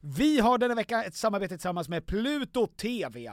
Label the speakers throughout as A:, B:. A: Vi har denna vecka ett samarbete tillsammans med Pluto TV.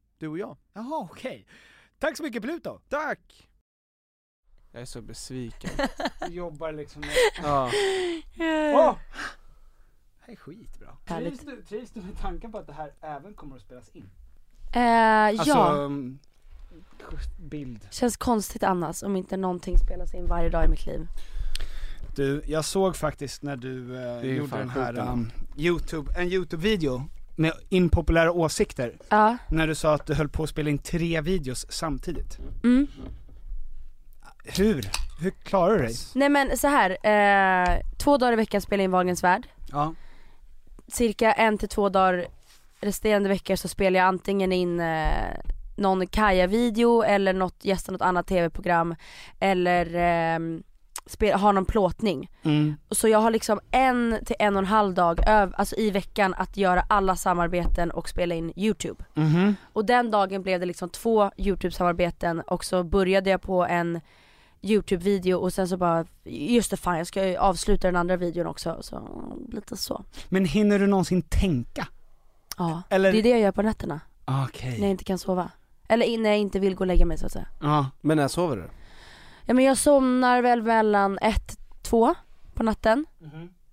B: Du och jag.
A: Jaha, okej. Tack så mycket Pluto!
B: Tack! Jag är så besviken.
A: Du jobbar liksom med...
B: ja.
A: Åh! Det här är skitbra.
C: Härligt. Trivs
A: du, trivs du med tanken på att det här även kommer att spelas in?
C: Eh,
B: Alltså,
A: Alltså-
C: ja,
B: um,
A: bild.
C: känns konstigt annars om inte någonting spelas in varje dag i mitt liv.
A: Du, jag såg faktiskt när du eh,
B: ju
A: gjorde
B: fan
A: den här
B: sjukt,
A: ehm, YouTube, en YouTube-video med impopulära åsikter,
C: Ja,
A: när du sa att du höll på att spela in tre videos samtidigt.
C: mm.
A: Hur? Hur klarar du dig?
B: Alltså.
C: Nej men så här, eh, två dagar i veckan spelar jag in Wahlgrens värld.
A: Ja.
C: Cirka en till två dagar resterande veckor så spelar jag antingen in eh, någon Kaja-video eller något, gästar något annat tv-program eller ehm, spel, har någon plåtning.
A: Mm.
C: Så jag har liksom en till en och en halv dag öv- alltså i veckan att göra alla samarbeten och spela in youtube.
A: Mhm.
C: Och den dagen blev det liksom två youtube-samarbeten och så började jag på en youtube-video och sen så bara, just det fan jag ska ju avsluta den andra videon också. Så mm, lite så.
A: Men hinner du någonsin tänka?
C: Ja,
A: Eller-
C: det är det jag gör på nätterna
A: Okej.
C: när jag inte kan sova. Eller in- när jag inte vill gå och lägga mig så att säga.
A: Ja.
B: Men när sover du?
C: Ja men jag somnar väl mellan ett, två på natten.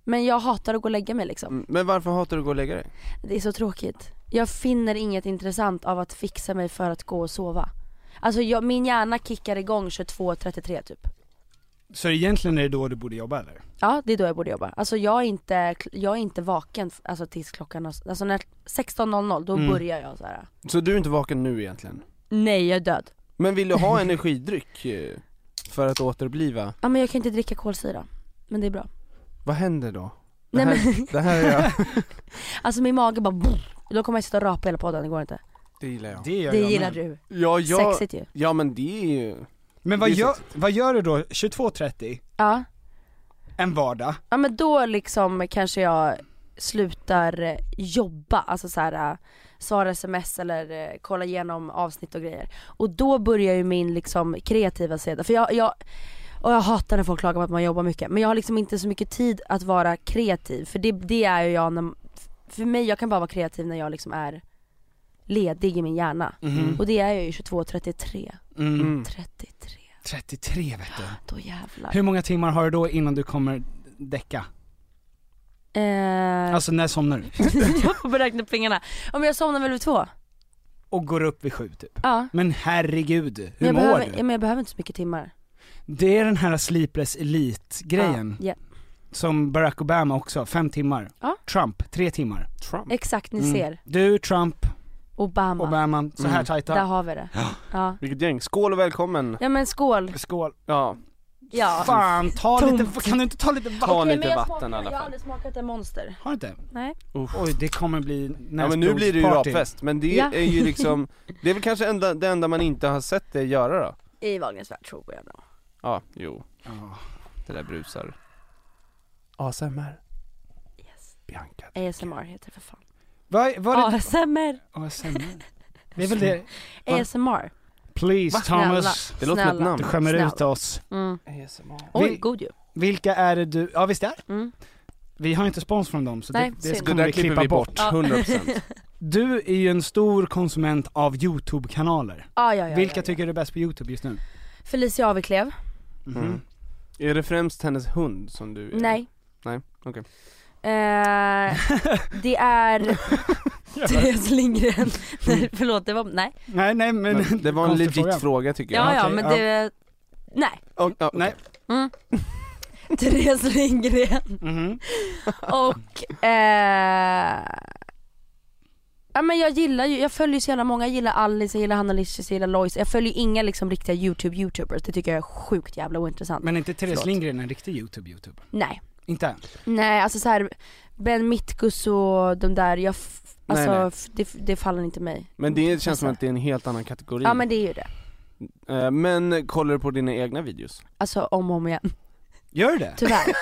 C: Men jag hatar att gå och lägga mig liksom.
B: Men varför hatar du att gå och lägga dig?
C: Det är så tråkigt. Jag finner inget intressant av att fixa mig för att gå och sova. Alltså jag, min hjärna kickar igång 22.33 typ.
A: Så egentligen är det då du borde jobba eller?
C: Ja, det är då jag borde jobba. Alltså jag är inte, jag är inte vaken f- alltså, tills klockan, har- alltså när 16.00 då
A: Mm.
C: börjar jag så här.
B: Så du är inte vaken nu egentligen?
C: Nej jag är död.
B: Men vill du ha energidryck eh, för att återbliva?
C: Ja men jag kan inte dricka kolsyra. Men det är bra.
B: Vad händer då? Det
C: Nej
B: här,
C: men
B: det här är jag.
C: alltså min mage bara då kommer jag sitta och rapa hela podden, det går inte.
B: Det gillar jag.
A: Det gör
C: det
A: jag
C: gillar
A: med.
C: du.
B: Ja, jag,
C: Sexigt ju.
B: ja men det är ju...
A: Men vad
B: Det är
A: gör,
B: sexigt.
A: vad gör du då 22.30
C: Ja.
A: en vardag?
C: ja men då liksom kanske jag slutar eh, jobba, alltså så här eh, svara sms eller eh, kolla igenom avsnitt och grejer. Och då börjar ju min liksom kreativa sida, för jag, jag Och jag hatar när folk klagar på att man jobbar mycket. Men jag har liksom inte så mycket tid att vara kreativ. För det, det är ju jag när, för mig, jag kan bara vara kreativ när jag liksom är ledig i min hjärna.
B: Mm-hmm.
C: Och det är jag ju 22, 33,
A: Mm.
C: 33.
A: 33 vet du.
C: Då jävlar.
A: Hur många timmar har du då innan du kommer däcka?
C: Eh,
A: Alltså när somnar du?
C: jag får beräkna pengarna. Om jag somnar väl vid två?
A: Och går upp vid sju typ?
C: Ja.
A: Men herregud, hur
C: Men jag,
A: mår
C: behöver,
A: du?
C: ja, men jag behöver inte så mycket timmar.
A: Det är den här sleepless elite-grejen,
C: Ja, ja.
A: som Barack Obama också, fem timmar.
C: Ja.
A: Trump, tre timmar.
B: Trump.
C: Exakt, ni
A: Mm.
C: ser.
A: Du, Trump,
C: Obama.
A: Obama, så här
B: Mm.
A: tajta.
C: Där har vi det. Ja.
B: Vilket gäng. Skål och välkommen.
C: Ja men skål.
A: Skål.
B: Ja.
C: Ja.
A: Fan, ta
C: Tomt.
A: lite, kan du inte ta lite vatten?
B: Ta
C: Okej, men
B: lite
C: jag
B: vatten i
C: smakar- Jag
B: alla
C: har
B: fall.
C: aldrig smakat en monster.
A: Har du inte?
C: Nej.
A: Oj, det kommer bli näsblodsparty.
B: Ja men nu blir det ju rapfest, men det
C: Ja.
B: är ju liksom, det är väl kanske enda, det enda man inte har sett dig göra då?
C: I Wahlgrens värld tror jag nog.
B: Ja, jo,
A: Ja.
B: det där brusar ASMR,
C: Yes.
B: Bianca
C: ASMR heter det för fan.
A: Vad, vad är det?
C: ASMR.
A: ASMR? Det är väl det? Va?
C: ASMR.
A: Please
C: Snälla.
A: Thomas,
B: Det låter som ett
C: Snälla.
A: du
B: namn.
A: skämmer
C: Snälla.
A: ut oss.
C: Mm.
B: ASMR
C: Oj,
A: Vi-
C: god ju.
A: Vilka är det du, ja visst är det?
C: Mm.
A: Vi har inte spons från dem så
C: Nej,
A: det, det
C: synd.
B: Det
A: kommer
B: där
A: vi
B: klipper
A: klippa
B: vi
A: bort.
B: bort,
C: Ja.
B: 100%
A: Du är ju en stor konsument av YouTube-kanaler.
C: Ah, ja, ja,
A: Vilka
C: ja, ja.
A: tycker du är bäst på YouTube just nu?
C: Felicia Aveklev?
A: Mhm.
B: mm. Är det främst hennes hund som du är?
C: Nej.
B: Mm. Nej, okej
C: Eh, det är Therese Lindgren.
B: Mm.
C: Nej, förlåt, det var, nej.
A: Nej nej men,
B: Men Det var en
A: konstig
B: legit fråga, tycker jag
C: Ja, ja,
A: okej,
C: men
A: ja.
C: det, nej.
B: Och, ja, okej.
A: Nej.
C: Mm. Therese Lindgren.
A: Mhm.
C: Och eh, ja, men jag gillar ju, jag följer ju så jävla många, jag gillar Alice, jag gillar Hanna Licious, jag gillar Lois. Jag följer ju inga liksom riktiga youtube-youtubers, det tycker jag är sjukt jävla ointressant.
A: Men inte Therese
C: Förlåt.
A: Lindgren en riktig YouTube-youtuber?
C: nej,
A: Inte?
C: nej alltså så här, Ben Mitkus och de där, jag f-
B: Nej,
C: alltså
B: nej.
C: f- Det, det faller inte mig.
B: Men det känns som att det är en helt annan kategori
C: Ja men det är ju det.
B: Eh, men kollar du på dina egna videos?
C: Alltså om och om igen,
A: Gör du det?
C: tyvärr.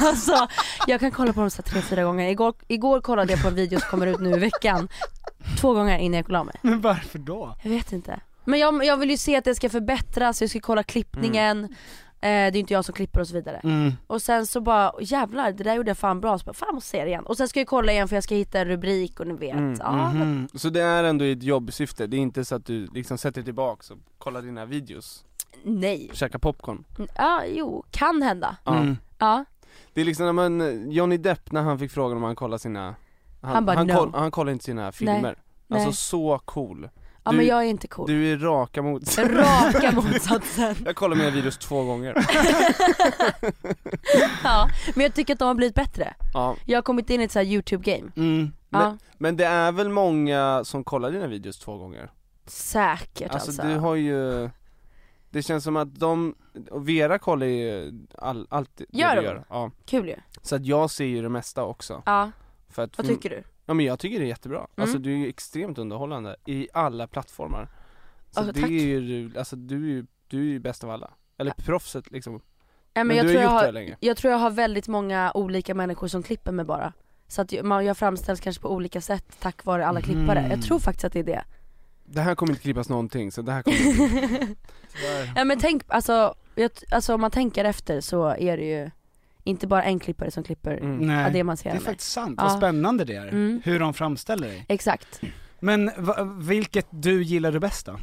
C: alltså jag kan kolla på dem så här tre, fyra gånger. Igår, igår kollade jag på en video som kommer ut nu i veckan. Två gånger innan jag gick och la mig.
A: Men varför då?
C: Jag vet inte. Men jag, jag vill ju se att det ska förbättras, jag ska kolla klippningen,
B: Mm.
C: eh, det är ju inte jag som klipper och så vidare.
A: Mm.
C: Och sen så bara, jävlar det där gjorde jag fan bra, så bara, fan jag måste se det igen. Och sen ska jag kolla igen för jag ska hitta en rubrik och ni vet.
B: Mm,
C: Ja, men-
B: Så det är ändå i ett jobbsyfte, det är inte så att du liksom sätter dig tillbaks och kollar dina videos,
C: Nej.
B: käkar popcorn?
C: Ja, jo, kan hända.
B: Ja.
A: Mm.
C: Ja.
B: Det är liksom när man, Johnny Depp när han fick frågan om han kollar sina Han,
C: Han bara,
B: han,
C: "No."
B: han kollar inte sina filmer Alltså
C: nej.
B: så cool
C: Ja
B: Du-
C: men jag är inte cool.
B: Du är raka mot
C: Raka motsatsen.
B: Jag kollar mina videos två gånger
C: ja. Men jag tycker att de har blivit bättre.
B: ja.
C: Jag har kommit in i ett så här youtube-game.
A: Mm.
C: Ja,
B: Men- Men det är väl många som kollar dina videos två gånger?
C: säkert alltså.
B: Alltså, du har ju Det känns som att de, och Vera kollar ju all, allt
C: Gör
B: det
C: hon?
B: du gör ja.
C: Kul ju.
B: Så att jag ser ju det mesta också
C: Ja,
B: för att, mm,
C: vad tycker Mm. du?
B: Ja men jag tycker det är jättebra, alltså du är ju extremt underhållande i alla plattformar Så
C: Alltså,
B: det
C: tack.
B: är ju, alltså du är ju, du är ju bäst av alla, eller proffset liksom
C: Ja, men
B: Men
C: jag
B: du har
C: tror jag
B: gjort
C: har
B: det länge.
C: Jag tror jag har väldigt många olika människor som klipper mig bara. Så att jag, man- jag framställs kanske på olika sätt tack vare alla klippare.
A: Mm.
C: Jag tror faktiskt att det är det.
B: Det här kommer inte klippas någonting så det här kommer inte
C: ja men tänk, alltså, jag, t- alltså om man tänker efter så är det ju inte bara en klippare som klipper
B: mm.
A: Nej.
C: av det
A: det,
C: man ser
A: är
C: henne.
A: faktiskt sant,
C: Ja.
A: vad spännande det är.
C: Mm.
A: Hur de framställer dig.
C: Exakt.
A: Men va, vilket du gillade bäst då?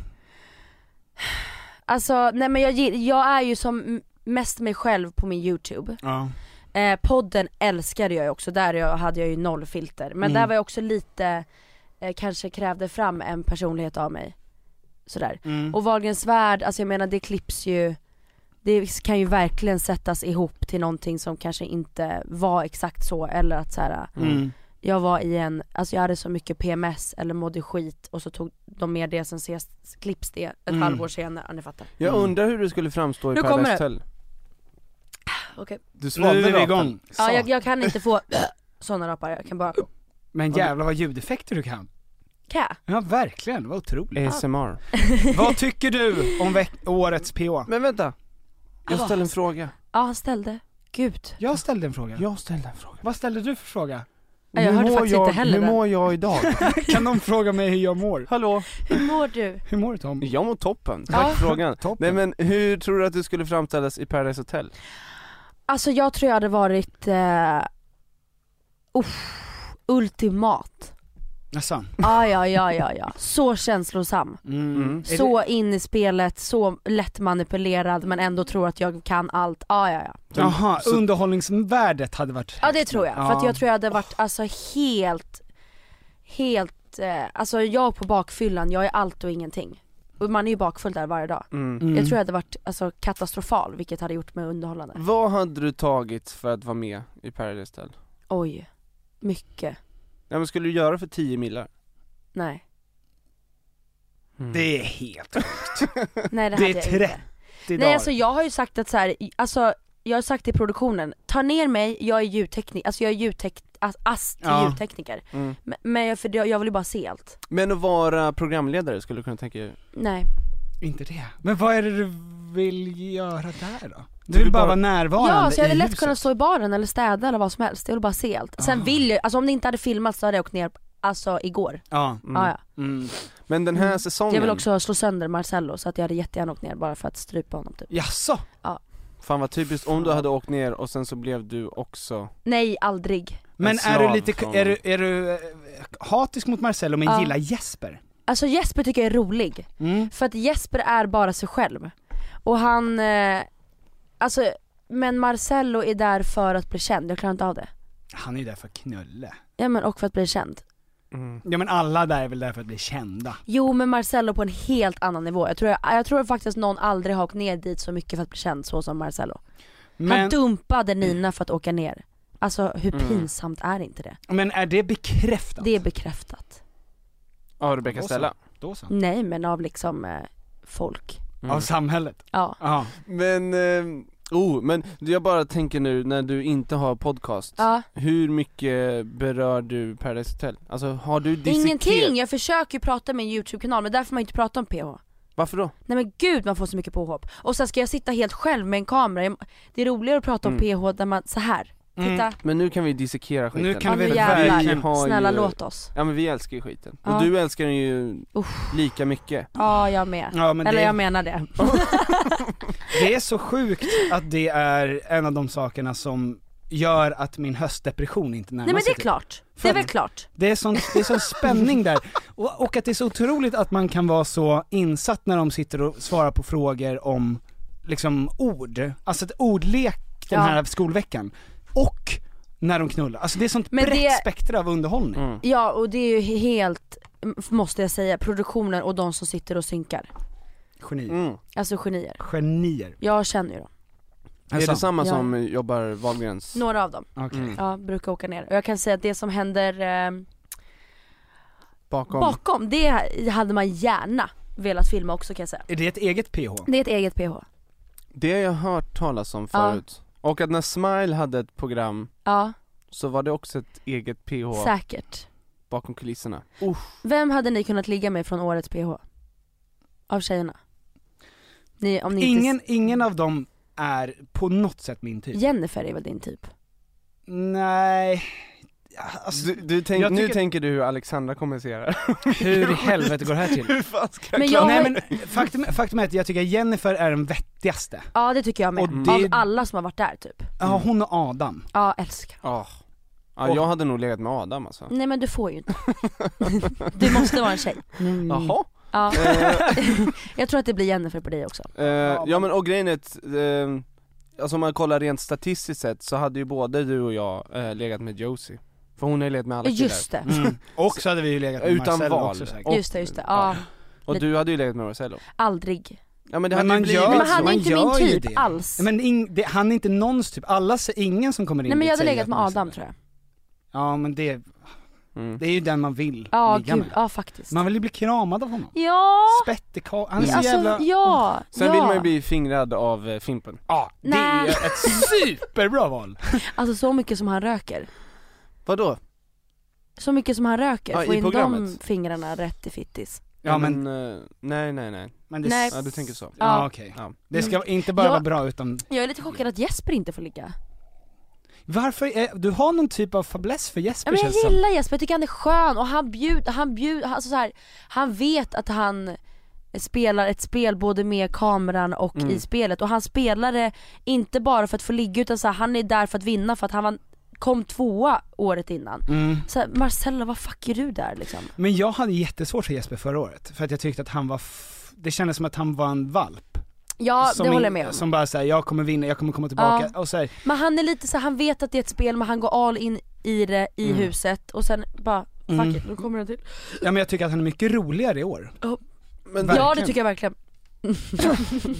C: Alltså nej men jag, gill- jag är ju som m- mest mig själv på min youtube.
A: Ja.
C: Eh, podden älskade jag ju också, där jag, hade jag ju noll filter. Men
A: Mm.
C: där var jag också lite, eh, kanske krävde fram en personlighet av mig. Sådär.
A: Mm.
C: Och Wahlgrens värld, alltså jag menar det klipps ju det kan ju verkligen sättas ihop till någonting som kanske inte var exakt så eller att så här,
A: Mm.
C: jag var i en, alltså jag hade så mycket PMS eller mådde skit och så tog de med det sen ses, klipps det ett
A: Mm.
C: halvår senare, ja, ni fattar.
B: Jag
A: Mm.
B: undrar hur du skulle framstå i
C: Nu kommer
B: Paradise
C: det.
B: Hotel
C: Okej.
B: Du
A: Nu är vi
B: rapen.
A: igång.
C: Ja
A: Så.
C: jag, jag kan inte få sådana rapar, jag kan bara,
A: Men jävlar vad ljudeffekter du kan.
C: kan jag?
A: Ja verkligen, vad otroligt.
B: ASMR
C: Ah.
A: vad tycker du om veck- årets PO?
B: Men vänta, jag
C: Hallå.
B: ställer en fråga
C: Ja han ställde, gud.
A: Jag ställde en fråga.
B: Jag ställde en fråga
A: Vad ställde du för fråga?
C: Ja, jag
A: hur
C: hörde
A: mår
C: faktiskt
A: jag,
C: inte heller
A: Hur
C: den.
A: mår jag idag? kan de fråga mig hur jag mår?
B: Hallå?
C: Hur mår du?
A: Hur mår du Tom?
B: Jag mår toppen,
C: Ja.
B: tack för frågan. Nej
A: Toppen.
B: men hur tror du att du skulle framställas i Paradise Hotel?
C: Alltså jag tror jag hade varit, eh, uff, ultimat.
A: Jaså?
C: Ah, ja, ja, ja, ja. Så känslosam.
A: Mm.
B: Mm.
A: Är
C: Så in i spelet, så lätt manipulerad men ändå tror att jag kan allt. Ah, ja, ja.
A: Jaha,
B: Så-
A: underhållningsvärdet hade varit
C: Ja det tror jag, för att
A: Ja.
C: jag tror jag hade varit alltså helt, helt, eh, alltså jag på bakfyllan, jag är allt och ingenting. Och man är ju bakfull där varje dag.
B: Mm.
A: Mm. Mm.
C: Jag tror jag hade varit alltså, katastrofal, vilket hade gjort mig underhållande.
B: Vad hade du tagit för att vara med i Paradise Hotel?
C: Oj, mycket.
B: Ja men skulle du göra för 10 millar?
C: Nej.
B: Mm.
A: Det är helt
C: Nej det,
A: Det
C: hade
A: är
C: jag inte.
A: 30
C: Nej alltså jag har ju sagt att så här, i- alltså jag har sagt till produktionen, ta ner mig, jag är ljudtekniker, alltså jag är ljudtek- ass- ass till
A: Ja.
C: ljudtekniker.
B: Mm.
C: Men- Men jag, för det- jag vill ju bara se allt.
B: Men att vara programledare skulle du kunna tänka dig?
C: Nej.
A: Inte det. Men vad är det du vill göra där då? Du
B: vill
A: vill bara
B: bara-
A: vara närvarande
C: Ja, så jag hade
A: i
C: lätt
A: huset.
C: kunnat stå i baren eller städa eller vad som helst, jag vill bara se allt. Sen
A: Ah.
C: vill jag, alltså om det inte hade filmats så hade jag åkt ner, alltså igår.
A: Ja.
B: Mm.
C: Ah, ja.
A: Mm.
B: Men den här
C: Mm.
B: säsongen,
C: Jag vill också slå sönder Marcello så att jag hade jättegärna åkt ner bara för att strypa honom typ.
A: Jaså?
B: fan vad typiskt om du hade åkt ner och sen så blev du också
C: Nej, aldrig.
A: Men
B: En
A: är du
B: slav
A: lite,
B: från-
A: är du, är du eh, hatisk mot Marcello men
C: Ja.
A: gillar Jesper?
C: Alltså Jesper tycker jag är rolig,
A: Mm.
C: för att Jesper är bara sig själv. Och han, eh, alltså, men Marcello är där för att bli känd, jag klarar inte av det.
A: Han är ju där för att knulla.
C: Ja men och för att bli känd.
B: Mm.
A: Ja men alla där är väl där för att bli kända?
C: Jo men Marcello på en helt annan nivå. Jag tror, jag, jag tror faktiskt någon aldrig har åkt ner dit så mycket för att bli känd så som Marcello. Han
A: Men, Mm.
C: dumpade Nina för att åka ner. Alltså hur pinsamt är inte det?
A: men är det bekräftat?
C: Det är bekräftat.
B: Ja Rebecca
A: Då så.
B: Stella
A: Då så.
C: Nej men av liksom eh, folk.
B: Mm.
A: Av samhället?
C: Ja.
A: Ja.
B: Men, eh, oh, men jag bara tänker nu när du inte har podcast
C: ja.
B: Hur mycket berör du Paradise Hotel? Alltså har du dissekerat?
C: Ingenting! Jag försöker ju prata med en YouTube-kanal men där får man ju inte prata om PH.
B: Varför då?
C: Nej men gud man får så mycket påhopp. Och sen ska jag sitta helt själv med en kamera. Jag- Det är roligare att prata om PH där man, så här.
A: Mm.
C: Titta,
B: Men nu kan vi dissekera skiten
A: Nu kan
C: ja,
A: vi
C: nu
A: väl verkligen
C: jävlar.
B: ha
C: Snälla
B: ju-
C: låt oss.
B: Ja men vi älskar ju skiten,
C: Ja.
B: och du älskar den ju
C: Uff.
B: lika mycket
C: Ja jag med.
A: Ja men
C: Eller
A: det,
C: jag menar det.
A: det är så sjukt att det är en av de sakerna som gör att min höstdepression inte närmar
C: Nej men det
A: sig
C: är
A: det.
C: klart. Det
A: För-
C: är väl klart.
A: Det är sån, det är sån spänning där. Och, och att det är så otroligt att man kan vara så insatt när de sitter och svarar på frågor om liksom ord. Alltså ett ordlek den
C: Ja.
A: här skolveckan. Och när de knullar. Alltså det är sånt
C: Men
A: brett
C: det-
A: spektra av underhållning.
B: Mm.
C: Ja och det är ju helt, m- måste jag säga, produktionen och de som sitter och synkar.
A: Genier.
B: mm.
C: Alltså genier.
A: Genier.
C: Jag känner ju dem.
B: Är det
A: Alltså,
B: samma
C: Ja.
B: som jobbar Wahlgrens?
C: Några av dem.
A: okej.
B: Mm.
C: Ja, brukar åka ner. Och jag kan säga att det som händer
A: Mm.
C: eh,
B: Bakom?
C: bakom, det hade man gärna velat filma också kan jag säga.
A: Är det ett eget PH?
C: Det är ett eget PH.
B: Det har jag hört talas om
C: Ja.
B: förut Och att när Smile hade ett program
C: Ja,
B: så var det också ett eget PH
C: säkert.
B: bakom kulisserna
C: Vem hade ni kunnat ligga med från årets PH? Av tjejerna? Ni, om ni
A: Ingen,
C: Inte...
A: ingen av dem är på något sätt min typ.
C: Jennifer är väl din typ?
A: Nej. Alltså,
B: du, du tänk,
A: jag
B: Nu
A: tycker-
B: tänker du hur Alexandra kommunicerar
A: hur i helvete går det här till?
B: Hur fan ska
C: Men jag har...
A: Nej men faktum, faktum är att jag tycker Jennifer är den vettigaste.
C: Ja det tycker jag med.
A: Och det-
C: Av alla som har varit där typ.
A: Ja, hon och Adam.
C: Ja, älskar.
B: Ja, ja jag hade nog legat med Adam alltså
C: Nej men du får ju inte. du måste vara en tjej.
B: Jaha?
C: Ja.
B: Mm. Eh,
C: Jag tror att det blir Jennifer på dig också.
B: eh, ja men och grejen är att, eh, alltså om man kollar rent statistiskt sett så hade ju både du och jag eh, legat med Josie För hon har ju legat med alla
C: Ja just det.
A: Mm. Och så hade vi ju legat med
B: Utan
A: Marcello
B: val.
A: också säkert.
B: Och-
C: Just det, just det. Ja,
B: Och du hade ju legat med Marcello
C: aldrig.
B: Ja men det
A: Men
B: hade
A: man
B: ju blivit
A: gör-
C: Men
A: alltså,
C: han är
A: man
C: ju inte min
A: gör ju
C: typ
A: det.
C: alls.
A: Nej, Men ing, det, han är inte någons typ, alla, se- ingen som kommer in
C: Nej men
A: dit
C: jag hade
A: säger
C: legat
A: att
C: med
A: Marcello-
C: Adam tror jag.
A: Ja men det,
B: mm.
A: det är ju den man vill
C: Ja
A: ligga
C: gud,
A: med.
C: ja faktiskt.
A: Man vill ju bli kramad av honom.
C: Ja!
A: Spett i ka- han är så
C: alltså,
A: jävla...
C: ja,
B: Sen
C: ja.
B: vill man ju bli fingrad av eh, Fimpen
A: Ja, det är
C: Nej.
A: ett superbra val.
C: Alltså så mycket som han röker.
B: Vadå?
C: Så mycket som han röker,
B: Ja,
C: få
B: i
C: in de
B: programmet.
C: fingrarna rätt i fittis.
A: Ja men,
B: eh, nej nej nej,
A: men det...
C: Nej.
B: ja, du tänker så
A: Ja
C: Ja. Mm.
A: okej.
B: ja.
A: Det ska inte bara
C: Jag-
A: vara bra utan,
C: Jag är lite chockad att Jesper inte får ligga.
A: Varför, är, du har någon typ av fäbless för
C: Ja,
A: Jesper
C: men
A: känns det
C: jag
A: som.
C: gillar Jesper, jag tycker han är skön och han bjud, han bjud, alltså så här, han vet att han spelar ett spel både med kameran och i
A: Mm.
C: spelet och han spelar det inte bara för att få ligga utan så här, han är där för att vinna för att han var, kom tvåa året innan. Så här, Marcella vad fuck är du där liksom?
A: Mm. Men jag hade jättesvårt för Jesper förra året, för att jag tyckte att han var, f- det kändes som att han var en valp.
C: Ja
A: som
C: det håller
A: in-
C: jag med om.
A: Som bara såhär, jag kommer vinna, jag kommer komma tillbaka, och så här,
C: Men han är lite så här, han vet att det är ett spel men han går all in i det i huset och sen bara fuck
A: Mm.
C: it, nu kommer den till.
A: ja men jag tycker att han är mycket roligare i år.
B: Men
C: Ja det
A: Verkligen.
C: tycker jag verkligen.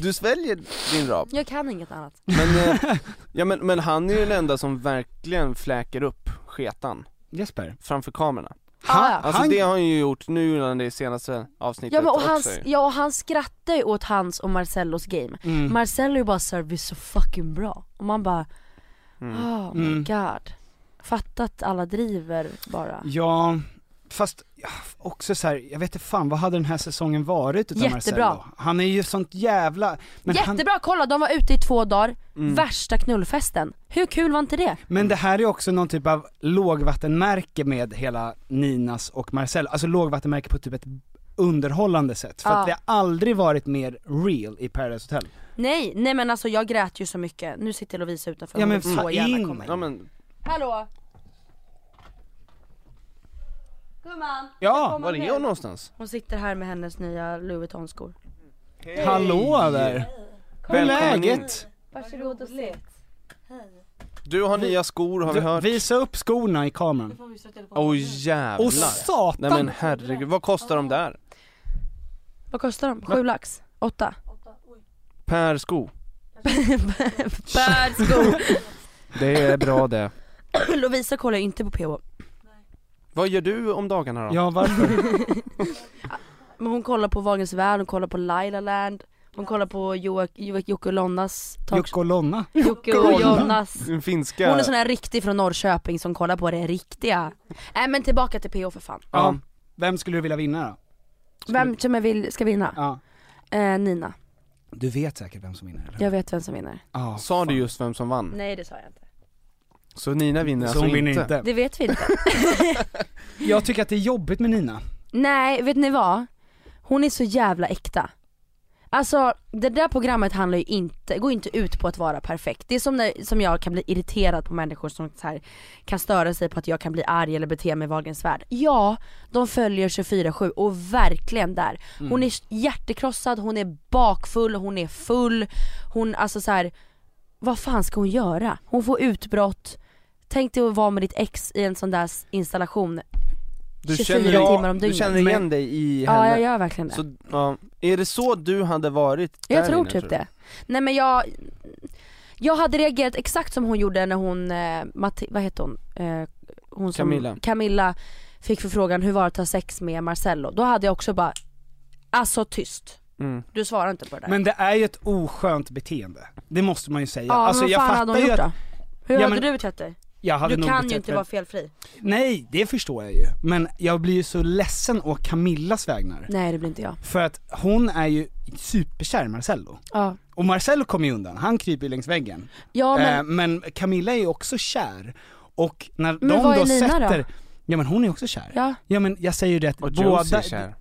B: du sväljer din rap.
C: Jag kan inget annat.
B: Men, eh, ja, men, men han är ju den enda som verkligen fläker upp sketan
A: Jesper.
B: framför kamerorna.
C: Ah, ja.
B: Alltså
A: Han-
B: det har han ju gjort nu innan det senaste avsnittet
C: Ja men och
B: också
C: han,
B: ju.
C: ja, och han skrattar ju åt hans och Marcellos game.
A: Mm.
C: Marcello är ju bara såhär, vi är så fucking bra. Och man bara, oh my
A: Mm.
C: god. Fattat alla driver bara.
A: Ja, fast ja, också så här, jag vet inte fan vad hade den här säsongen varit utan
C: Jättebra.
A: Marcello? Han är ju sånt jävla... Men, han,
C: Jättebra, kolla de var ute i två dagar, värsta knullfesten. Hur kul var inte det?
B: Mm.
A: men det här är också någon typ av lågvattenmärke med hela Ninas och Marcello, alltså lågvattenmärke på typ ett underhållande sätt. För
C: Ja.
A: att vi har aldrig varit mer real i Paradise Hotel.
C: Nej, nej men alltså jag grät ju så mycket. Nu sitter Lovisa utanför,
A: Ja,
C: hon
A: men
C: vill så
A: fan,
C: gärna
A: in.
C: komma
B: Ja
C: in.
B: men,
C: Hallå? Gumman,
A: Ja,
B: var är hon någonstans?
C: hon sitter här med hennes nya Louis Vuitton skor.
A: hallå där! Hur är
B: Välkommen in.
A: läget?
C: Varsågod och sitt.
B: Du har nya skor har vi hört.
A: Visa upp skorna i kameran.
B: Åh jävlar.
A: Och satan!
B: Nej men herregud, vad kostar de där?
C: Vad kostar de? Sju lax? Åtta?
B: Per sko.
C: Bad sko!
B: Det är bra det.
C: Lovisa kollar ju inte på PH,
B: Vad gör du om dagarna då?
A: Ja varför?
C: men hon kollar på Vagens Värld, hon kollar på Laila Land hon kollar på Jo- Jo- Jocke och Lonnas talk-
A: Jocke och Lonna.
C: Jocke och Jonas
B: Din finska...
C: Hon är sån här riktig från Norrköping som kollar på det riktiga Nej men tillbaka till PH för fan
A: Ja. Vem skulle du vilja vinna då?
C: Vem som jag vill ska vinna?
A: Ja.
C: Eh, Nina,
A: Du vet säkert vem som vinner eller?
C: jag vet vem som vinner
A: Ja.
B: Sa du just vem som vann?
C: Nej det sa jag inte
B: Så Nina vinner
A: Så
B: alltså
A: hon vinner
B: inte?
A: inte.
C: Det vet vi inte
A: Jag tycker att det är jobbigt med Nina.
C: Nej, vet ni vad? Hon är så jävla äkta. Alltså det där programmet handlar ju inte, går inte ut på att vara perfekt. Det är som, när, som jag kan bli irriterad på människor som så här, kan störa sig på att jag kan bli arg eller bete mig i Wahlgrens värld. Ja, de följer 24-7 och verkligen där.
B: Mm.
C: Hon är hjärtekrossad, hon är bakfull, hon är full, hon alltså så här. vad fan ska hon göra? Hon får utbrott, tänk dig att vara med ditt ex i en sån där installation
B: Du
C: 24
B: känner,
C: timmar om
B: du
C: dygnet.
B: känner igen dig i henne?
C: Ja jag gör verkligen det.
B: Så, ja. Är det så du hade varit
C: jag
B: där
C: tror
B: inne,
C: typ
B: du?
C: det. Nej men jag, jag hade reagerat exakt som hon gjorde när hon, eh, Matti, vad heter hon? Eh, hon som,
B: Camilla.
C: Camilla fick förfrågan hur var det att ha sex med Marcello. Då hade jag också bara, alltså tyst.
B: Mm.
C: Du svarar inte på det där.
A: Men det är ju ett oskönt beteende. Det måste man ju säga.
C: ja,
A: alltså
C: men vad
A: jag
C: fan
A: fattar
C: hade hon
A: ju
C: gjort
A: att
C: då? Hur
A: Ja,
C: hade
A: men-
C: du betett dig?
A: jag hade
C: Du
A: nog
C: kan
A: betett
C: ju inte
A: mig-
C: vara felfri.
A: Nej, det förstår jag ju. Men jag blir ju så ledsen å Camillas vägnar.
C: Nej det blir inte jag.
A: För att hon är ju superkär i Marcello.
C: Ja,
A: Och Marcello kommer ju undan, han kryper ju längs väggen.
C: ja men
A: Eh, men Camilla är ju också kär. Och när
C: Men
A: de
C: vad är
A: då
C: Nina då?
A: sätter... Ja men hon är också kär.
C: Ja.
A: men jag säger ju det att
B: Och Josie
A: båda...
B: är kär.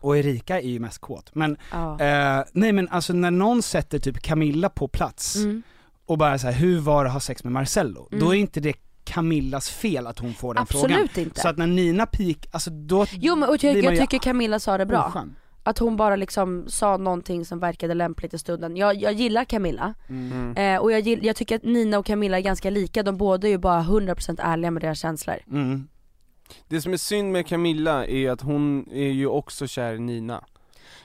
A: Och Erika är ju mest kåt. Men
C: ja.
A: Eh, nej men alltså när någon sätter typ Camilla på plats
C: Mm.
A: och bara så här, hur var det att ha sex med Marcello? Då är inte det Camillas fel att hon får den
C: Absolut
A: frågan.
C: inte.
A: Så att när Nina peak, alltså då
C: Jo men och jag,
A: blir man
C: jag
A: ju
C: tycker Camilla sa det bra.
A: oskön.
C: Att hon bara liksom sa någonting som verkade lämpligt i stunden. Jag, jag gillar Camilla. Eh, och jag, gill, jag tycker att Nina och Camilla är ganska lika. De båda är ju bara 100% ärliga med deras känslor.
A: Mm.
B: Det som är synd med Camilla är att hon är ju också kär i Nina.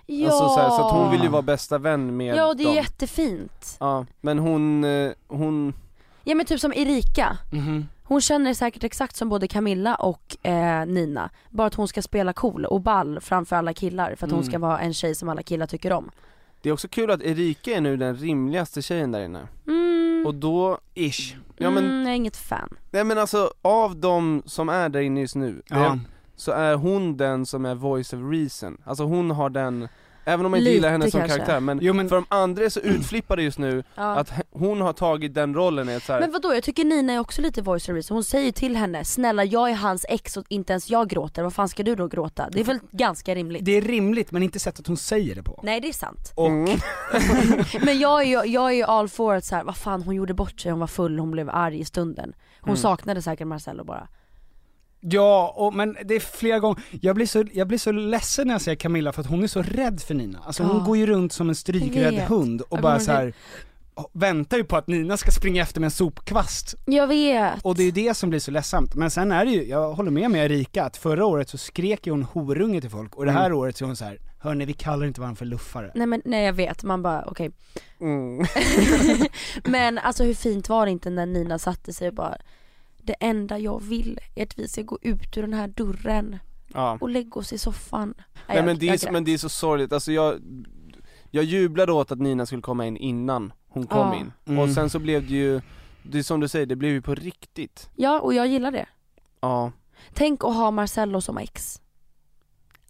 C: Ja,
B: Alltså så, här, så att hon vill ju vara bästa vän med
C: ja det är
B: dem.
C: jättefint.
B: Ja, men hon, eh, hon,
C: Ja men typ som Erika. Hon känner säkert exakt som både Camilla och eh, Nina. Bara att hon ska spela cool och ball framför alla killar för att hon ska vara en tjej som alla killar tycker om.
B: det är också kul att Erika är nu den rimligaste tjejen där inne.
C: Mm,
B: Och då,
A: Ish.
B: ja men,
C: mm, jag är inget fan.
B: nej men alltså av de som är där inne just nu,
A: Ja.
B: det, så är hon den som är voice of reason. Alltså hon har den Även om jag inte
C: Lite
B: gillar henne som
C: kanske.
B: karaktär, men,
A: Jo, men-
B: för de andra är så utflippade just nu
C: Ja.
B: att he- hon har tagit den rollen i ett så här.
C: Men vadå, jag tycker Nina är också lite voice reason. Hon säger till henne, snälla jag är hans ex och inte ens jag gråter, vad fan ska du då gråta? Det är väl ganska rimligt?
A: Det är rimligt men inte sättet hon säger det på.
C: Nej det är sant.
B: och,
A: Mm.
C: Men jag är ju jag är ju all for att så här, vad fan hon gjorde bort sig, hon var full, hon blev arg i stunden.
B: Mm.
C: Hon saknade säkert Marcello bara.
A: Ja, och, men det är flera gånger, jag blir, så, jag blir så ledsen när jag ser Camilla för att hon är så rädd för Nina. Alltså hon
C: Ja.
A: går ju runt som en
C: Jag
A: strykrädd
C: vet.
A: hund och
C: Jag
A: bara
C: kommer
A: så här väntar ju på att Nina ska springa efter med en sopkvast.
C: Jag vet.
A: Och det är ju det som blir så ledsamt. Men sen är det ju, jag håller med med Erika, att förra året så skrek ju hon horunge till folk och det här
B: Mm.
A: året så är hon så här, hörni vi kallar inte varandra för luffare.
C: Nej men nej jag vet, man bara okej.
B: mm.
C: Men alltså hur fint var det inte när Nina satte sig och bara Det enda jag vill är att vi ska gå ut ur den här dörren
B: ja.
C: och lägga oss i soffan. Nej,
B: Nej
C: jag-
B: men det,
C: jag
B: är, så-
C: grät.
B: men det är så sorgligt, alltså jag Jag jublade åt att Nina skulle komma in innan hon kom
C: Ja.
B: in,
A: Mm.
B: och sen så blev det ju Det är som du säger, det blev ju på riktigt
C: Ja och jag gillar det.
B: Ja
C: Tänk att ha Marcello som ex.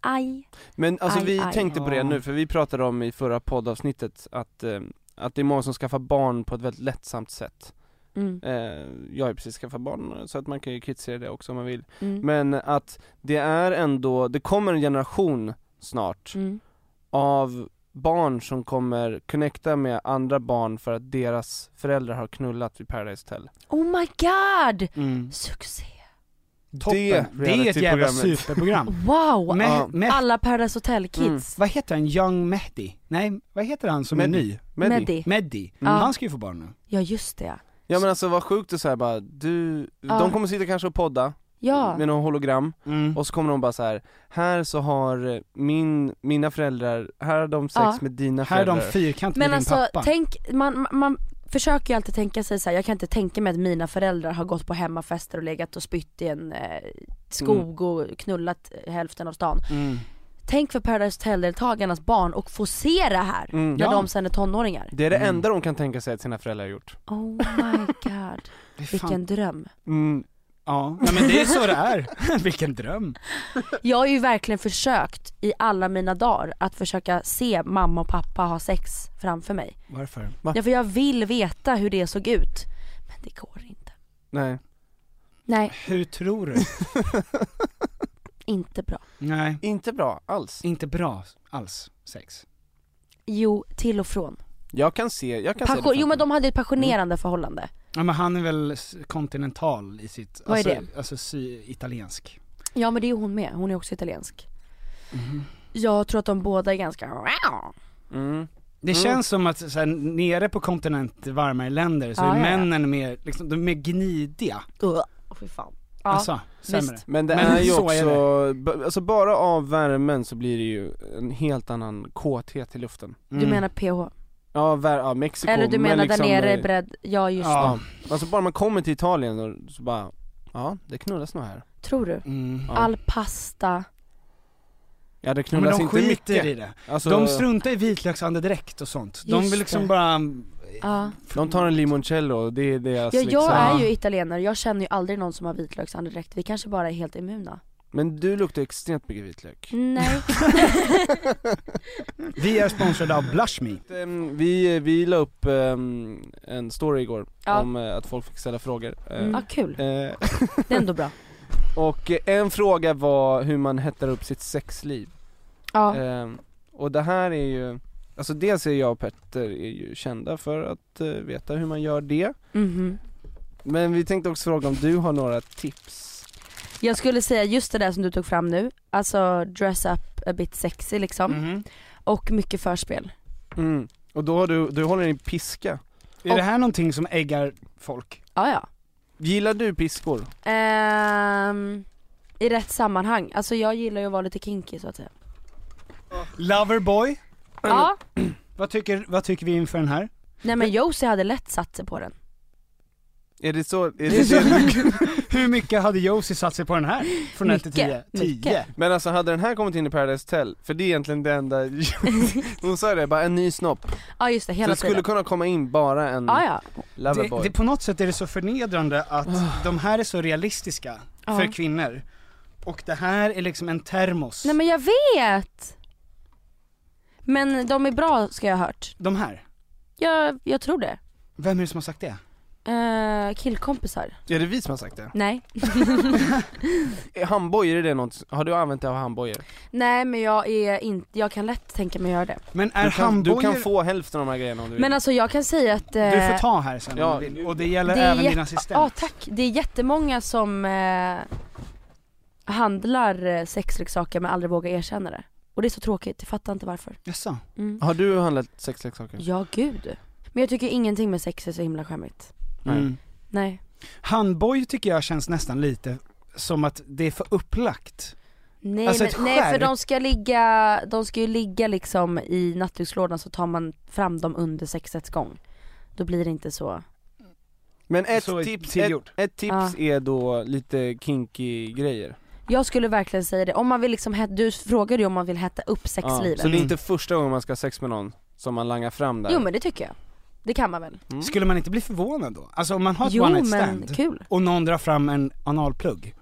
C: Aj.
B: Men alltså
C: Aj,
B: vi
C: aj.
B: tänkte på det
A: Ja.
B: nu, för vi pratade om i förra poddavsnittet att eh, Att det är många som skaffar barn på ett väldigt lättsamt sätt
C: Mm,
B: eh, Jag har ju precis skaffat barn, så att man kan ju kritisera det också om man vill
C: mm,
B: Men att det är ändå, det kommer en generation snart
C: mm.
B: av barn som kommer connecta med andra barn för att deras föräldrar har knullat vid Paradise Hotel.
C: Oh my god!
A: Mm.
C: Succé.
A: Toppen. Det, är ett jävla
B: reality-programmet.
A: superprogram.
C: Wow!
A: Meh-
B: Ja.
A: Meh-
C: Alla Paradise Hotel kids.
A: vad heter han, Young Mehdi? Nej, vad heter han som
B: Mehdi. Mm.
A: är ny?
B: Meddi.
C: Meddi.
A: Mehdi.
C: Ja.
A: Han ska ju få barn nu.
C: Ja just det.
B: Ja men alltså vad sjukt att säga bara, du,
C: Ja.
B: de kommer sitta kanske och podda
C: Ja.
B: med någon hologram
A: Mm.
B: och så kommer de bara så här. här så har min, mina föräldrar, här har de sex
C: Ja.
B: med dina
A: Här är
B: föräldrar.
A: de fyrkant
C: Men
A: med din
C: alltså
A: pappa.
C: tänk, man, man försöker ju alltid tänka sig så här. jag kan inte tänka mig att mina föräldrar har gått på hemmafester och legat och spytt i en eh, skog och knullat eh, hälften av stan.
A: Mm.
C: Tänk för Paradise Hotel-deltagarnas barn och få se det här
B: Mm.
C: när
A: Ja.
C: de sen är tonåringar.
B: Det är det
A: Mm.
B: enda de kan tänka sig att sina föräldrar har gjort.
C: Oh my god,
A: Det är fan-
C: vilken dröm.
B: Mm.
A: Ja, Nej, men det är så det är. Vilken dröm.
C: Jag har ju verkligen försökt i alla mina dagar att försöka se mamma och pappa ha sex framför mig.
A: Varför?
C: Ja, för jag vill veta hur det såg ut. Men det går inte.
B: Nej.
C: Nej,
A: Hur tror du?
C: inte bra.
A: Nej,
B: Inte bra alls.
A: inte bra alls sex.
C: Jo, till och från.
B: Jag kan se, jag kan se det
C: Passion, jo
B: framför Mm.
C: men de hade ett passionerande förhållande.
A: Ja men han är väl s- kontinental i sitt,
C: Vad är
A: alltså, alltså sy, italiensk.
C: Ja men det är ju hon med, hon är också italiensk.
B: Mm.
C: Jag tror att de båda är ganska...
B: mig. Mm.
A: Det
B: Mm.
A: känns som att så här, nere på kontinenter, varmare länder, så
C: Ja,
A: är
C: ja, ja.
A: männen mer, liksom, de är mer gnidiga.
C: Åh, fy fan. Ja,
A: alltså, sämre.
C: visst.
B: Men det
A: Men
B: är ju
A: så
B: också,
A: är
B: b- alltså bara av värmen så blir det ju en helt annan kåthet i luften
C: Du
A: Mm.
C: menar PH?
B: Ja, vär, ja Mexiko
C: Eller du
B: Mm. men
C: menar
B: liksom,
C: där nere i
B: eh,
C: bredd... Ja just
A: Ja.
B: ja. Alltså bara man kommer till Italien och så bara, ja det knullas nog här
C: det. Tror du?
A: Mm.
B: Ja.
C: All pasta.
B: Ja det
A: Ja, men
B: knullas
A: de
B: inte
A: skiter
B: mycket
A: i det.
B: Alltså,
A: De struntar i vitlöksandedräkt och sånt. De
C: Just
A: vill liksom
C: det.
A: bara...
C: Ja.
B: de tar en limoncello, och det är deras
C: Ja,
B: liksom
C: jag är ju italienare, jag känner ju aldrig någon som har vitlöksandedräkt. Vi kanske bara är helt immuna.
B: Men du luktar extremt mycket vitlök
C: Nej.
A: Vi är sponsrade av Blush Me.
B: Ehm, Vi, vi la upp ehm, en story igår
C: Ja. Mm.
B: om eh, att folk fick ställa frågor Eh,
C: Ja, kul.
B: eh,
C: Det är ändå bra.
B: Och eh, en fråga var hur man hettar upp sitt sexliv
C: Ja.
B: Ehm, och det här är ju, alltså dels är jag och Petter är ju kända för att eh, veta hur man gör det
C: Mhm.
B: Men vi tänkte också fråga om du har några tips?
C: Jag skulle säga just det där som du tog fram nu, alltså dress up a bit sexy liksom.
A: Mhm.
C: Och mycket förspel.
B: Mm. Och då har du, du håller i en piska
A: Är det här någonting som äggar folk?
C: Ja, ja.
B: Gillar du piskor?
C: Ehm, I rätt sammanhang, alltså jag gillar ju att vara lite kinky så att säga.
A: Loverboy?
C: Ja,
A: Vad tycker, vad tycker vi inför den här?
C: nej men Josie hade lätt satt sig på den.
B: Är det så? Är det det du,
A: Hur mycket hade Josie satt sig på den här? Från 1 till 10?
C: Mycket,
A: 10?
C: mycket.
B: men alltså hade den här kommit in i Paradise Hotel, för det är egentligen det enda, hon sa det, bara en ny snopp
C: Ja just det,
B: Så
C: hela
B: det skulle
C: tiden.
B: kunna komma in bara en
C: Ja, ja.
A: Det,
B: loverboy
A: det, på något sätt är det så förnedrande att de här är så realistiska
C: Ja.
A: för kvinnor. Och det här är liksom en termos.
C: Nej men jag vet! Men de är bra ska jag ha hört.
A: De här?
C: Jag, jag tror det.
A: Vem är det som har sagt det?
C: Eh, killkompisar.
B: Är det vi som har sagt det?
C: Nej.
B: Är Handbojor, är det något, har du använt det av handbojor?
C: Nej men jag är inte, jag kan lätt tänka mig att göra det.
A: Men är
B: Du kan, du
A: handbojor...
B: kan få hälften av de här grejerna om du vill
C: Men alltså jag kan säga att eh,
A: Du får ta här sen
B: Ja,
A: om du vill. Och det gäller
C: det är
A: även
C: jätte-
A: din assistent.
C: Ja tack, det är jättemånga som eh, handlar eh, sexleksaker men aldrig vågar erkänna det. Och det är så tråkigt, jag fattar inte varför.
A: Jaså?
C: Mm.
B: Har du handlat sexleksaker?
C: Ja gud. Men jag tycker ingenting med sex är så himla skämmigt.
A: Mm.
C: Nej.
A: Handboj tycker jag känns nästan lite som att det är för upplagt.
C: Nej,
A: Alltså ett
C: men, nej för
A: skärp.
C: de ska ligga, de ska ju ligga liksom i nattdukslådan så tar man fram dem under sexets gång. Då blir det inte så.
B: Men ett
A: Så
B: tips, ett,
A: tillgjort.
B: ett tips
C: Ja.
B: är då lite kinky grejer
C: Jag skulle verkligen säga det, om man vill liksom, het- du frågade ju om man vill hetta upp
B: ja.
C: sexlivet.
B: Så det
A: Mm.
B: är inte första gången man ska ha sex med någon som man langar fram där?
C: jo men det tycker jag. Det kan man väl?
B: Mm.
A: Skulle man inte bli förvånad då? Alltså om man har ett
C: jo
A: one night
C: men
A: stand
C: kul.
A: och någon drar fram en analplugg.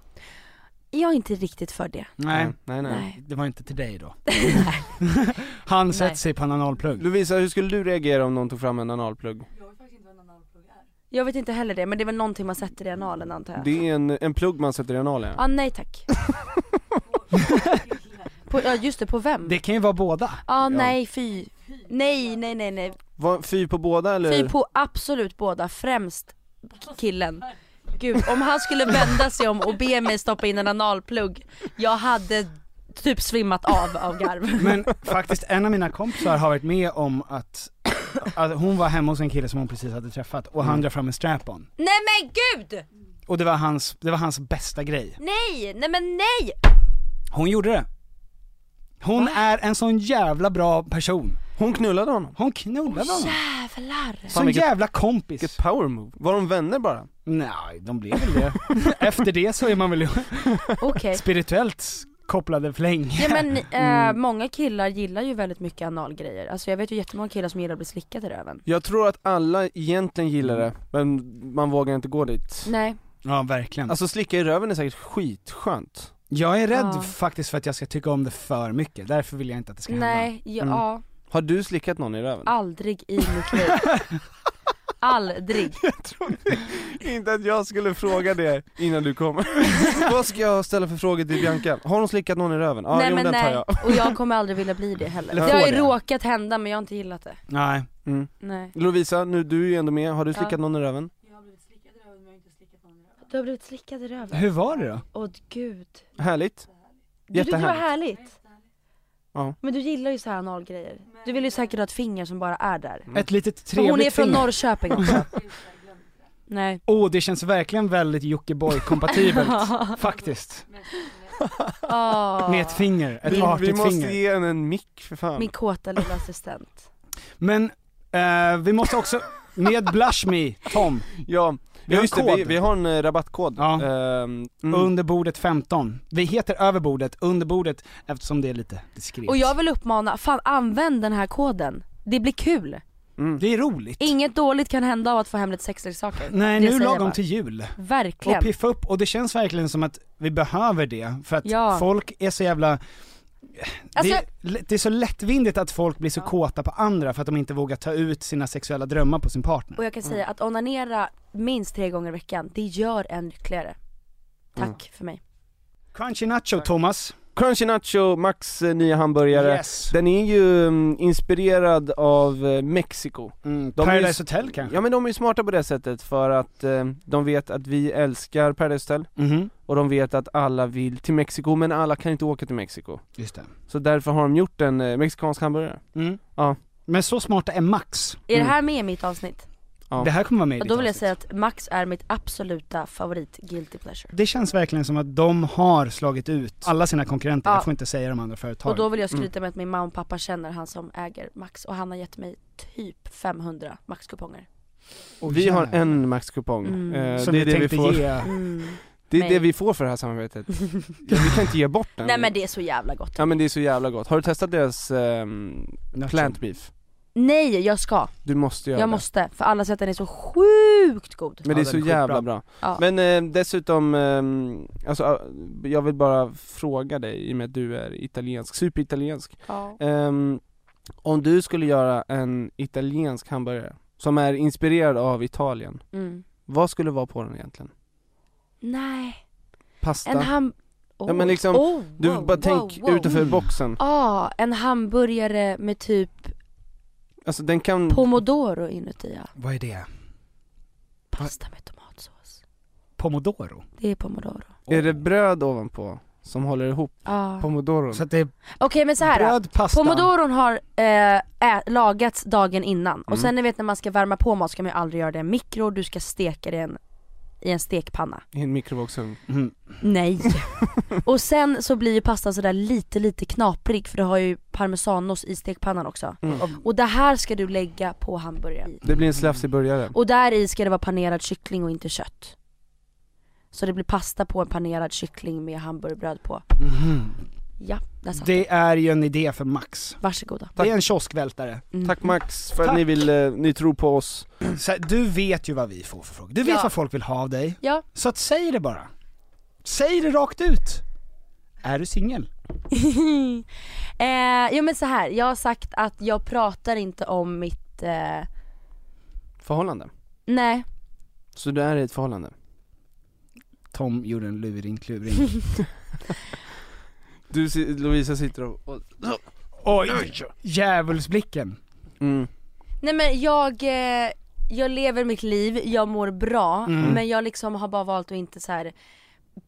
C: Jag är inte riktigt för det.
A: Nej,
B: Mm. Ehm, nej, nej.
C: Nej.
A: det var inte till dig då. Han sätter
C: Nej.
A: sig på en analplugg.
B: Lovisa, hur skulle du reagera om någon tog fram en analplugg?
C: Jag vet inte heller det, men det är väl någonting man sätter i analen antar jag.
B: Det är en, en plugg man sätter i analen
C: ah, nej tack. på, ja just det, på vem?
A: Det kan ju vara båda.
C: ah, nej fy. Nej nej nej nej.
B: Vad- Fy på båda eller?
C: Fy på absolut båda, främst killen. Gud, om han skulle vända sig om och be mig stoppa in en analplugg, jag hade typ svimmat av av garv.
A: Men faktiskt en av mina kompisar har varit med om att, att hon var hemma hos en kille som hon precis hade träffat och
B: Mm.
A: han drar fram en strap-on.
C: Nej men gud!
A: Och det var hans, det var hans bästa grej.
C: Nej, nej men nej!
A: Hon gjorde det. Hon är en sån jävla bra person.
B: Hon knullade honom
A: Hon knullade honom.
C: Jävlar.
A: Sån
B: vilket-
A: jävla kompis.
B: Vilket power move, var de vänner bara?
A: Nej, de blev väl det. Efter det så är man väl
C: Okej.
A: spirituellt kopplade för länge.
C: Ja men eh, många killar gillar ju väldigt mycket analgrejer, alltså jag vet ju jättemånga killar som gillar att bli slickade i röven
B: Jag tror att alla egentligen gillar
A: Mm.
B: det, men man vågar inte gå dit
C: Nej,
A: Ja, verkligen.
B: Alltså slicka i röven är säkert skitskönt
A: jag är rädd
C: Ja.
A: faktiskt för att jag ska tycka om det för mycket. Därför vill jag inte att det ska hända.
C: nej, ja,
B: Har du slickat någon i röven?
C: aldrig i mitt liv Aldrig
B: Inte att jag skulle fråga det innan du kom Vad ska jag ställa för frågor till Bianca? Har hon slickat någon i röven? Ja,
C: Nej
B: jo,
C: men
B: den tar
C: nej,
B: jag
C: och jag kommer aldrig vilja bli det heller
A: Eller
C: Det har
A: får
C: ju
A: det.
C: råkat hända men jag har inte gillat det
A: Nej.
B: mm.
C: Nej
B: Lovisa, nu, du är ju ändå med, har du
C: Ja.
B: slickat någon i röven?
C: Du har blivit slickad i röven?
A: Hur var det då?
C: Åh gud
B: Härligt?
C: Du tyckte det var
B: Jättehärligt
C: härligt?
B: Ja.
C: Men du gillar ju så här analgrejer Du vill ju säkert ha ett finger som bara är där
B: Mm.
A: Ett litet
C: För
A: Mm. trevligt
C: hon är från
A: finger.
C: Norrköping också Nej
A: Åh, oh, det känns verkligen väldigt Jockiboi-kompatibelt. faktiskt.
C: Åh.
A: Med ett finger, ett
B: vi, vi
A: artigt
B: måste
A: finger.
B: ge henne en mick för fan
C: Min kåta lilla assistent.
A: Men eh, vi måste också, med Blush Me, Tom,
B: Ja,
A: Vi har
B: just
A: en
B: det, vi,
A: kod.
B: vi har en eh, rabattkod
A: Ja.
B: Ehm, mm.
A: under bordet 15. Vi heter över bordet, under bordet, eftersom det är lite diskret.
C: Och jag vill uppmana, fan använd den här koden. Det blir kul.
B: Mm.
A: Det är roligt.
C: Inget dåligt kan hända av att få hem lite sexleksaker.
A: Nej,
C: det
A: nu
C: säger jag
A: lagom
C: bara.
A: till jul. Och
C: Verkligen.
A: piffa upp, och det känns verkligen som att vi behöver det, för att
C: Ja.
A: folk är så jävla
C: Alltså-
A: det, är, det är så lättvindigt att folk blir så kåta på andra för att de inte vågar ta ut sina sexuella drömmar på sin partner.
C: Och jag kan säga att onanera minst tre gånger i veckan, det gör en lyckligare. Tack
A: Mm.
C: för mig.
A: Crunchy nacho Thomas.
B: Crunchy Nacho, Max eh, nya hamburgare
A: Yes.
B: Den är ju mm, inspirerad av eh, Mexiko
A: Mm,
B: De är ju-
A: Paradise Hotel kanske?
B: Ja men de är ju smarta på det sättet för att eh, de vet att vi älskar Paradise Hotel
A: Mhm,
B: och de vet att alla vill till Mexiko men alla kan inte åka till Mexiko.
A: just det.
B: Så därför har de gjort en eh, mexikansk hamburgare.
A: Mm.
B: Ja.
A: Men så smarta är Max.
C: Är det här med i mitt avsnitt?
B: Ja.
A: Det här kommer vara med i
C: Och
A: ditt
C: då vill jag
A: avsnitt.
C: säga att Max är mitt absoluta favorit guilty pleasure.
A: Det känns verkligen som att de har slagit ut alla sina konkurrenter,
C: Ja.
A: jag får inte säga de andra företagen.
C: Och då vill jag
B: Mm.
C: skryta med att min mamma och pappa känner han som äger Max och han har gett mig typ 500 Max-kuponger.
A: Åh,
B: vi har
A: jävlar.
B: en Max-kupong.
C: Mm.
B: Eh,
A: som
B: det är
A: vi
B: det vi
A: tänkte
B: får.
A: ge.
C: Mm.
B: Det är
C: mig.
B: det vi får för det här samarbetet. ja, vi kan inte ge bort den.
C: Nej men det är så jävla gott.
B: Ja men det är så jävla gott. Har du testat deras ehm,
A: Nacho.
B: plant beef?
C: Nej jag ska,
B: Du måste göra
C: jag
B: det.
C: måste, för alla säger att den är så sjukt god.
B: Men det
A: Ja,
B: är så
A: den är
B: jävla
A: skitbra.
B: bra.
C: Ja.
B: Men eh, dessutom, eh, alltså, eh, jag vill bara fråga dig i och med att du är italiensk, superitaliensk.
C: Ja.
B: Ehm, Om du skulle göra en italiensk hamburgare, som är inspirerad av Italien,
C: Mm.
B: vad skulle vara på den egentligen?
C: Nej,
B: Pasta?
C: en ham... Oh.
B: Ja, men liksom,
C: oh,
B: du
C: wow,
B: bara
C: wow,
B: tänk
C: wow.
B: utanför boxen,
C: Ah, en hamburgare med typ
B: alltså den kan...
C: pomodoro inuti ja.
A: Vad är det?
C: Pasta med tomatsås.
A: Pomodoro?
C: Det är pomodoro.
B: Är det bröd ovanpå som håller ihop
C: Ah.
B: pomodoron?
A: Så att det är
C: Okej men så här.
A: bröd, pasta?
C: Pomodoron har eh, ä, lagats dagen innan och
B: Mm.
C: sen ni vet när man ska värma på mat ska man ju aldrig göra det i en mikro, du ska steka det i en, i en stekpanna.
B: I en mikrovågsugn?
A: Mm.
C: Nej! och sen så blir ju pastan sådär lite lite knaprig för du har ju parmesanost i stekpannan också.
B: Mm.
C: Och det här ska du lägga på hamburgaren.
B: Det blir en slafsig burgare.
C: Och där i ska det vara panerad kyckling och inte kött. Så det blir pasta på en panerad kyckling med hamburgerbröd på.
A: Mhm.
C: Ja, där satt det...
A: Det är ju en idé för Max.
C: Varsågoda.
A: Det är en kioskvältare.
C: Mm.
B: Tack Max för att
A: Tack.
B: ni vill, eh, ni tror på oss.
A: Så här, du vet ju vad vi får för frågor. Du vet
C: Ja.
A: vad folk vill ha av dig.
C: Ja.
A: Så att säg det bara. Säg det rakt ut. Är du singel?
C: eh, jo men så här, jag har sagt att jag pratar inte om mitt, eh,
B: Förhållande.
C: nej,
B: Så du är i ett förhållande?
A: Tom gjorde en luring kluring.
B: Du, si- Lovisa sitter och, och
A: Oj, djävulsblicken.
B: mm.
C: nej men jag, eh, jag lever mitt liv, jag mår bra men jag liksom har bara valt att inte så här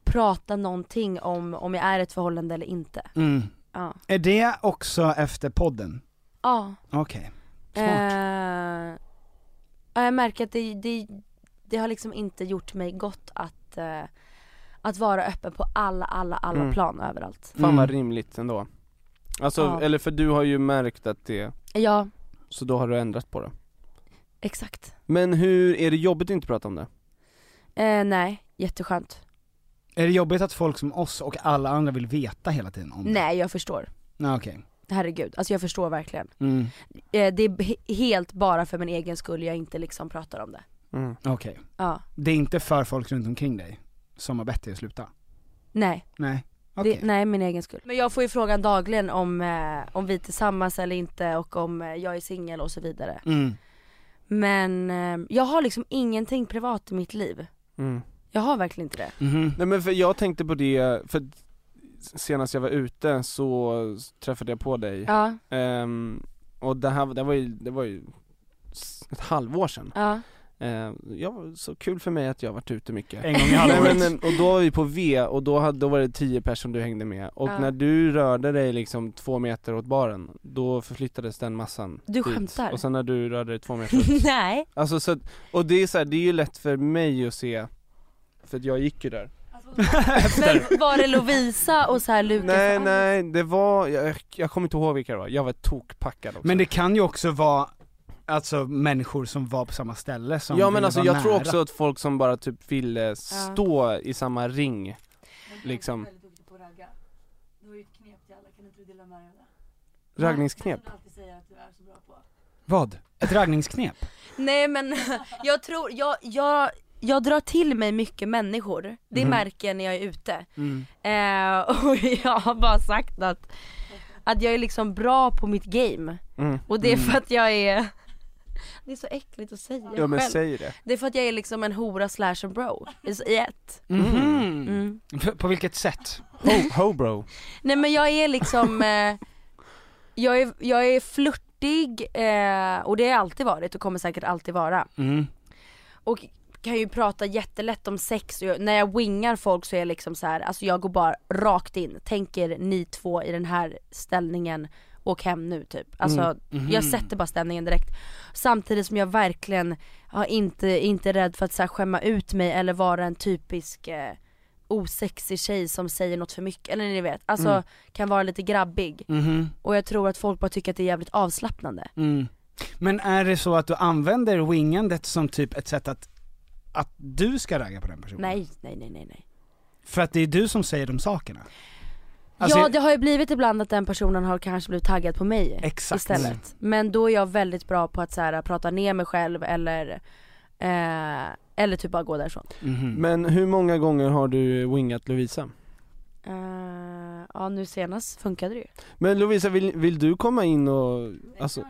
C: prata någonting om om jag är i ett förhållande eller inte.
A: Mm.
C: Ja.
A: Är det också efter podden?
C: Ja.
A: Okej.
C: Eh, ja, jag märker att det, det, det har liksom inte gjort mig gott att, eh, att vara öppen på alla, alla, alla
B: Mm.
C: plan överallt.
B: Fan vad
A: Mm.
B: rimligt ändå. Alltså,
C: Ja.
B: eller för du har ju märkt att det,
C: Ja,
B: så då har du ändrat på det.
C: exakt.
B: Men hur, är det jobbigt att inte prata om det?
C: Eh, nej, jätteskönt.
A: Är det jobbigt att folk som oss och alla andra vill veta hela tiden om det?
C: Nej jag förstår.
A: Nej. Okej.
C: Herregud, alltså jag förstår verkligen.
A: Mm.
C: Eh, det är he- helt bara för min egen skull jag inte liksom pratar om det.
B: Mm.
A: Okej.
C: Ja,
A: Det är inte för folk runt omkring dig som har bett dig att sluta?
C: nej.
A: Nej. Okej.
C: Det, nej, min egen skull. Men jag får ju frågan dagligen om, eh, om vi är tillsammans eller inte och om eh, jag är singel och så vidare.
A: Mm.
C: Men eh, jag har liksom ingenting privat i mitt liv.
B: Mm.
C: Jag har verkligen inte det.
A: Mhm.
B: Nej men för jag tänkte på det, för att senast jag var ute så träffade jag på dig
C: Ja,
B: Ehm, och det här, det var ju, det var ju s- ett halvår sedan.
C: ja,
B: Ehm, ja, så kul för mig att jag har varit ute mycket.
A: En gång i
B: Nej,
A: halvåret.
B: men, eh, och då var vi på V och då, hade, då var det 10 personer som du hängde med och
C: Ja.
B: när du rörde dig liksom två meter åt baren, då förflyttades den massan
C: Du
B: dit.
C: skämtar?
B: Och sen när du rörde dig två meter åt,
C: nej.
B: Alltså så att, och det är så här, det är ju lätt för mig att se, för att jag gick ju där
C: Men var det Lovisa och så här Lukas?
B: Nej nej, det var, jag, jag kommer inte ihåg vilka det var, jag var tokpackad också
A: Men det kan ju också vara, alltså människor som var på samma ställe som
B: Ja
A: ville
B: men alltså
A: vara
B: jag
A: nära.
B: tror också att folk som bara typ ville stå i samma ring liksom Raggningsknep?
A: Vad? Ett raggningsknep?
C: Nej men jag tror, jag, jag, jag drar till mig mycket människor, det
B: Mhm.
C: märker jag när jag är ute.
B: Mm.
C: Eh, och jag har bara sagt att, att jag är liksom bra på mitt game.
B: Mm.
C: Och det är för att jag är, det är så äckligt att säga
B: Ja men
C: själv.
B: säg det
C: Det är för att jag är liksom en hora slash en bro, i ett.
A: Mhm.
C: Mm.
A: På, på vilket sätt?
B: Ho, ho bro
C: Nej men jag är liksom, eh, jag, är, jag är flörtig eh, och det har jag alltid varit och kommer säkert alltid vara.
A: Mm.
C: och kan ju prata jättelätt om sex och jag, när jag wingar folk så är jag liksom så här, alltså jag går bara rakt in, tänker ni två i den här ställningen, åk hem nu typ. Alltså jag sätter bara ställningen direkt. Samtidigt som jag verkligen ja, inte, inte är rädd för att så här, skämma ut mig eller vara en typisk eh, osexig tjej som säger något för mycket, eller ni vet, alltså
A: Mm.
C: kan vara lite grabbig. Och jag tror att folk bara tycker att det är jävligt avslappnande.
A: Mhm. Mm. Men är det så att du använder wingandet som typ ett sätt att, att du ska ragga på den personen?
C: Nej, nej, nej, nej, nej.
A: För att det är du som säger de sakerna? Alltså,
C: ja det har ju blivit ibland att den personen har kanske blivit taggad på mig
A: Exakt.
C: istället. Men då är jag väldigt bra på att så här, prata ner mig själv eller, eh, eller typ bara gå
B: Mm.
C: därifrån.
A: mhm.
B: Men hur många gånger har du wingat Lovisa?
C: Eh, Ja Ja nu senast funkade det ju.
B: Men Lovisa, vill, vill du komma in och, alltså,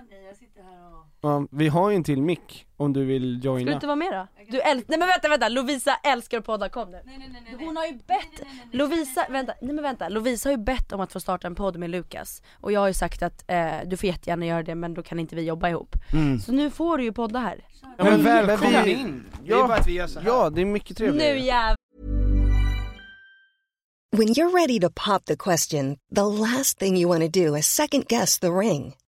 B: ja, vi har ju en till mick om du vill
C: Ska du
B: joina
C: inte vara med då? Du äl- nej men vänta vänta, Lovisa älskar att podda, kom nu. Nej, nej, nej, Hon har ju bett, Lovisa, vänta, nej men vänta, Lovisa har ju bett om att få starta en podd med Lukas. Och jag har ju sagt att eh, du får jättegärna göra det men då kan inte vi jobba ihop. Så nu får du ju podda här.
B: ja, men,
A: mm. välkommen
B: vi-
A: in! Det är bara att vi gör så här.
B: Ja, det är mycket trevligare
C: Nu jävlar!
D: When you're ready to pop the question, the last thing you want to do is second guess the ring.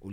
A: och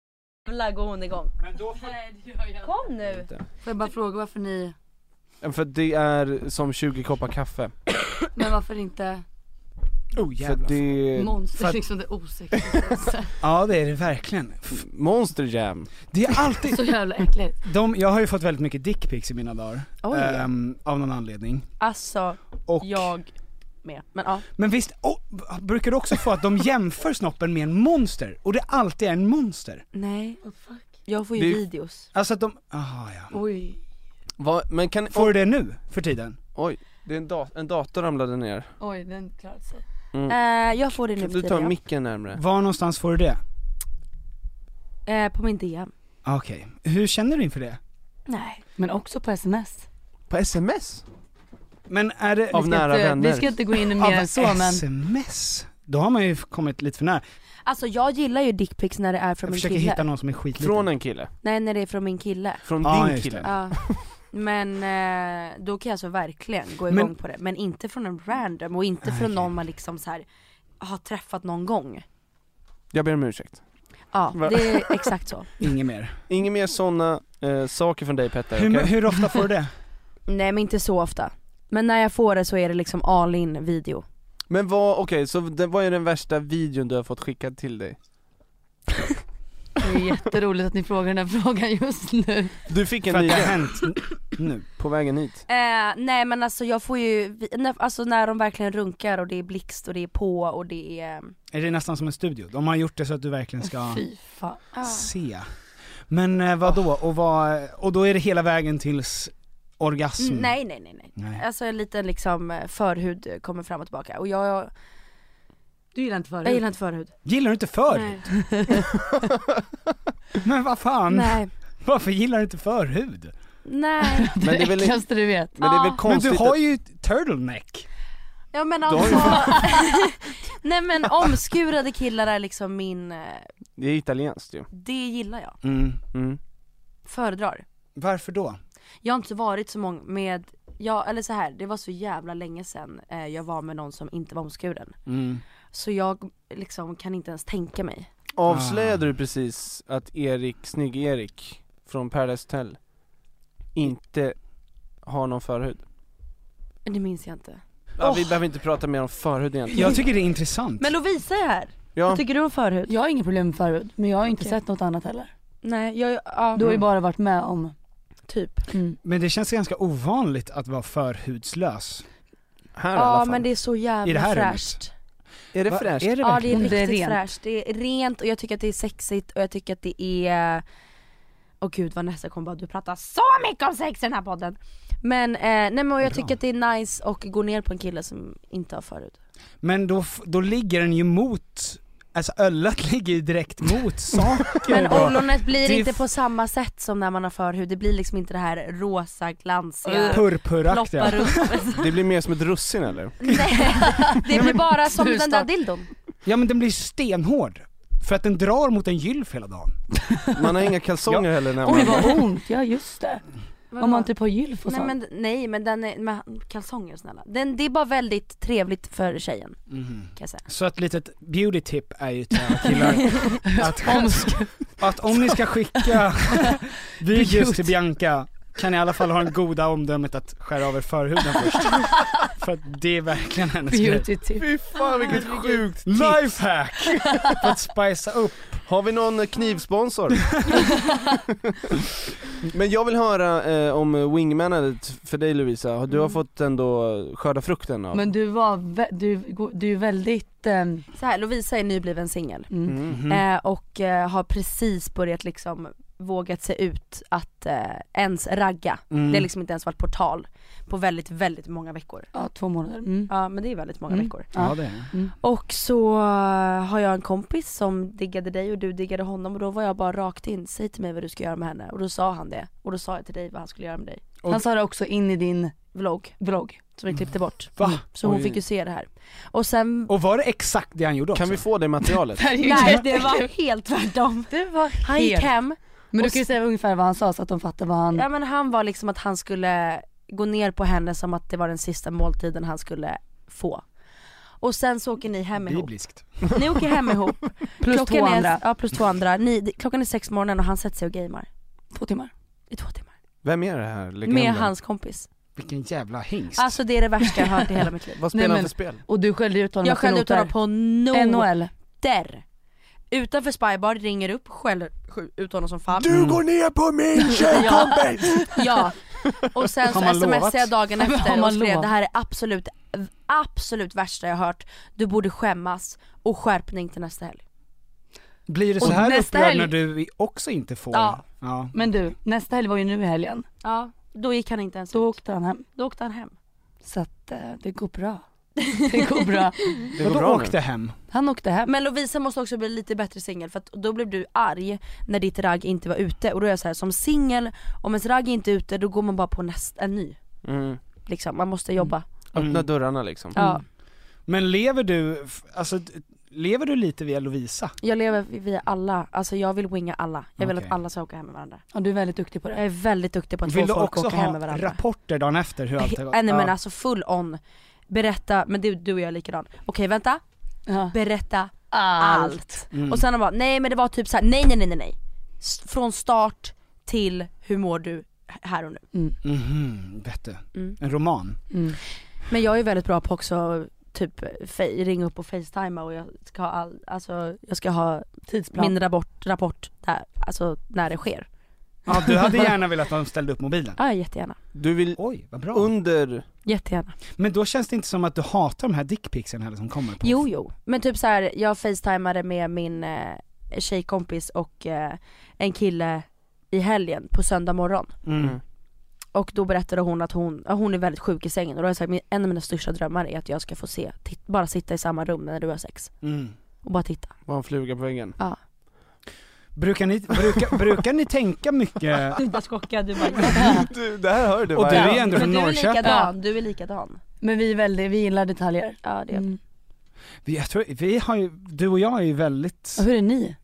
C: går hon igång. Kom nu!
E: Får jag bara fråga varför ni,
B: För det är som 20 koppar kaffe
E: men varför inte
A: Oh
B: För det,
E: monster
A: för att-
E: liksom det osexuella?
A: Ja det är det verkligen.
B: Monster Jam
A: Det är alltid,
E: Så jävla äckligt.
A: De, jag har ju fått väldigt mycket dickpics i mina dagar.
C: Oj.
A: Ehm, av någon anledning.
C: Alltså,
A: Och,
C: jag med. Men ja.
A: Men visst, oh, brukar du också få att de jämför snoppen med en monster? Och det alltid är en monster?
C: Nej.
E: Oh,
C: Jag får ju
B: Det-
C: videos.
A: Alltså att de, aha ja.
E: Oj.
B: Va, men kan,
A: Får du det nu, för tiden?
B: oj, det är en, da, en dator ramlade ner
E: Oj, den klarade sig.
C: Eh, jag får det nu
B: Kan
C: för
B: du ta
C: tiden.
B: micken närmre?
A: Var någonstans får du det?
C: ja. Eh, på min DM.
A: Okej. Hur känner du inför det?
C: Nej.
E: Men också på sms.
B: På sms?
A: Men är det...
B: Av nära
E: Vi ska inte-
B: vänner
E: Vi ska inte gå in i mer än så men,
A: sms? Då har man ju kommit lite för nära.
C: Alltså jag gillar ju dickpics när det är från
A: Jag
C: min
A: försöker
C: kille.
A: hitta någon som är skitliten.
B: Från en kille,
C: Nej när det är från min kille.
B: från
A: Ja,
B: din
A: just
B: kille
A: det.
C: Ja. Men eh, då kan jag alltså verkligen gå
A: Men-
C: igång på det. Men inte från en random och inte från någon man liksom så här har träffat någon gång.
B: Jag ber om ursäkt
C: Ja,
B: Va?
C: det är exakt så.
A: Inget mer.
B: Inga mer sådana eh, saker från dig Petter,
A: Hur,
B: okej?
A: hur ofta får du det?
C: Nej men inte så ofta. Men när jag får det så är det liksom all in video.
B: Men vad, okej, så det, vad är den värsta videon du har fått skickad till dig?
E: är ju jätteroligt att ni frågar den här frågan just nu.
B: Du fick en
E: För att
B: ny
E: det har
B: lön.
E: hänt
B: nu, på vägen hit.
C: Eh, nej men alltså jag får ju, vi- när, alltså när de verkligen runkar och det är blixt och det är på och det är...
A: Är det nästan som en studio? De har gjort det så att du verkligen ska
C: Fy fan. Ah.
A: se. Men eh, vad då? Och, vad, och då är det hela vägen tills orgasm?
C: Mm, Nej, nej nej nej.
A: Nej.
C: Alltså en liten liksom eh, förhud kommer fram och tillbaka och jag...
E: Du gillar inte förhud?
C: Jag gillar inte förhud.
A: Gillar du inte förhud? Men vad fan?
C: Nej.
A: Varför gillar du inte förhud?
C: Nej.
A: Men det är väl-
E: äckligaste du vet.
A: men det är väl
C: Ja.
A: konstigt Men du har att- ju turtleneck.
C: Ja men
A: har ju-
C: alltså, nej men omskurade killar är liksom min, eh,
B: Det är italienskt
A: Ah.
B: ju.
C: det gillar jag.
B: Mm. Mm.
C: Föredrar.
A: Varför då?
C: Jag har inte varit så många med, ja eller så här, det var så jävla länge sedan eh, jag var med någon som inte var omskuren.
B: Mm.
C: Så jag liksom kan inte ens tänka mig.
B: Avslöjade du precis att Erik, Snygg-Erik från Paradise Hotel inte har någon förhud?
C: Det minns jag inte.
B: Ja, vi behöver inte prata mer om förhud egentligen.
A: Jag tycker det är intressant.
C: Men Lovisa är här!
B: Ja.
C: Vad tycker du om förhud?
E: Jag har inga problem med förhud, men jag har inte sett något annat heller.
C: Nej, jag, ja.
E: Du har ju
A: Mm.
E: bara varit med om... mm.
C: Typ.
A: Men det känns ganska ovanligt att vara förhudslös. Här
C: Ja men det är så jävla
A: I det här rummet?
C: fräscht.
B: Är det fräscht?
A: Är det
C: ja det är
A: verkligen?
C: riktigt fräscht. Det är rent och jag tycker att det är sexigt och jag tycker att det är... Åh gud Vanessa kommer bara du pratar så mycket om sex i den här podden. Men, eh, nej men och jag tycker att det är nice och gå ner på en kille som inte har förhud.
A: Men då, f- då ligger den ju mot, alltså ölet ligger ju direkt mot saker.
C: Men
A: då.
C: ollonet blir
A: Det är
C: inte
A: f-
C: på samma sätt som när man har förhud, det blir liksom inte det här rosa glansiga
B: Purpuraktiga.
C: ploppar upp.
B: Det blir mer som ett russin eller?
C: Det blir bara som
A: Sluta.
C: den där dildon.
A: Ja men den blir stenhård. För att den drar mot en gylf hela dagen.
B: Man har inga kalsonger heller när man...
E: Oj vad ont, ja just det. Om man typ har gylf och
C: Nej
E: sånt.
C: men, nej men den är, med kalsonger snälla. Den, det är bara väldigt trevligt för tjejen
A: Mhm.
C: kan jag säga.
A: Så ett litet beauty tip är ju till alla killar att, att om ni ska skicka videos till Bianca kan ni i alla fall ha det goda omdömet att skära av er förhuden först. För att det är verkligen hennes
B: Beauty
A: tip.
B: Fy fan vilket sjukt
A: Lifehack! För att spicea upp.
B: Har vi någon eh, knivsponsor? Men jag vill höra eh, om wingmanandet för dig Lovisa, du har fått ändå skörda frukten av
E: Men du var, vä- du, du är väldigt... ehm,
C: Så här, Lovisa är nybliven singel
E: Mm. Mhm.
C: eh, och eh, har precis börjat liksom vågat sig ut att eh, ens ragga.
E: Mm.
C: Det har liksom inte ens varit på tal på väldigt, väldigt många veckor.
E: ja två månader. Mm.
C: Ja men det är väldigt många
E: Mm.
C: veckor.
E: Ja, det är det. Mm.
C: Och så eh, har jag en kompis som diggade dig och du diggade honom och då var jag bara rakt in, säg till mig vad du ska göra med henne. Och då sa han det. Och då sa jag till dig vad han skulle göra med dig.
E: Han sa det också in i din
C: vlogg.
E: vlogg.
C: Som vi klippte bort. Mm.
A: Va?
C: Så hon
A: Oj.
C: fick ju se det här. Och sen...
A: Och var det exakt det han gjorde också?
B: Kan vi få det materialet?
C: Nej det var helt tvärtom.
E: Det var
C: han gick
E: helt-
C: hem.
E: Men du
C: och
E: kan ju
C: s-
E: säga ungefär vad han sa så att de fattar vad han...
C: Ja men han var liksom att han skulle gå ner på henne som att det var den sista måltiden han skulle få. Och sen så åker ni hem ihop.
A: Bibliskt.
C: Ni åker hem ihop.
E: Plus
C: klockan
E: två
C: är,
E: andra.
C: Ja plus två andra. Ni, det- klockan är sex på morgonen och han sätter sig och gamer.
E: Två timmar.
C: I två timmar.
B: Vem är det här legenden?
C: Med hans kompis.
A: Vilken jävla hingst.
C: Alltså det är det värsta jag har hört i hela mitt liv.
B: Vad spelar han för spel?
E: Och du skällde ut honom
C: Jag
E: för
C: skällde ut
E: noter.
C: honom på
E: NHL.
C: noter. Utanför Spybar ringer upp, skäller sj- ut honom som fan.
B: Du går ner på min
C: tjejkompis! Ja, och sen så
E: Har man lovat?
C: smsade jag dagen
E: Har
C: efter
E: man
C: och skrev
E: lovat?
C: det här är absolut, absolut värsta jag hört. Du borde skämmas och skärpning till nästa helg.
A: Blir det så
E: Och
A: här
E: nästa
A: upprörd
E: helg-
A: när du också inte får?
C: Ja.
A: ja.
E: Men du, nästa helg var ju nu i helgen.
C: Ja, då gick han inte ens
E: Då åkte han hem.
C: Då åkte han hem.
E: Så att eh, det går bra. Det går bra.
A: Det går bra åkte hem.
E: Han åkte hem.
C: Men Lovisa måste också bli lite bättre singel för att då blev du arg när ditt ragg inte var ute och då är jag så här som singel, om ens ragg inte är ute då går man bara på nästa, en ny.
B: Mm.
C: Liksom, man måste jobba. Mm.
B: Öppna dörrarna liksom
C: Ja.
A: Men lever du, f- alltså d- lever du lite via Lovisa?
C: Jag lever via alla, alltså jag vill winga alla. Jag vill
A: Okej.
C: att alla ska åka hem med varandra.
E: Ja, du är väldigt duktig på det.
C: Jag är väldigt duktig på att
A: Vill du
C: få folk att
A: också
C: åka hem med
A: ha
C: varandra.
A: rapporter dagen efter hur allt har gått?
C: Nej men
A: Ja.
C: alltså full on. Berätta, men du, du och jag är likadan. Okej vänta, berätta allt.
E: Mm.
C: Och sen han bara, nej men det var typ så här, nej nej nej nej nej. S- Från start till hur mår du här och nu.
A: Mhm, vet du.
C: Mm.
A: En roman.
C: Men jag är väldigt bra på också typ fe- ringa upp och facetima och jag ska ha all, alltså jag ska ha min rapport, rapport där, alltså när det sker.
A: Ja, du hade gärna velat att de ställde upp mobilen.
C: Ja jättegärna,
A: Du vill Oj, vad bra. under...
C: jättegärna.
A: Men då känns det inte som att du hatar de här dickpicsen heller som kommer på...
C: Jo jo, men typ så här, jag facetimade med min eh, tjejkompis och eh, en kille i helgen på söndag morgon.
A: Mm.
C: Och då berättade hon att hon, ja, hon är väldigt sjuk i sängen och då har jag sagt "Min- en av mina största drömmar är att jag ska få se, titt, bara sitta i samma rum när du har sex.
A: Mm.
C: Och bara titta.
B: Var en fluga på väggen?
C: Ja.
A: Brukar ni, brukar, brukar ni tänka mycket...
C: Du bara chockad, du bara
B: Du, det här hör du
A: Och du
B: varje-
A: är ju ändå från
C: Men du är
A: Norrköping.
C: likadan, du är likadan.
E: Men vi är väldigt, vi gillar detaljer.
C: Ja det är
E: Mm.
A: Vi, jag tror, vi har ju, du och jag är ju väldigt
E: Och Hur är ni?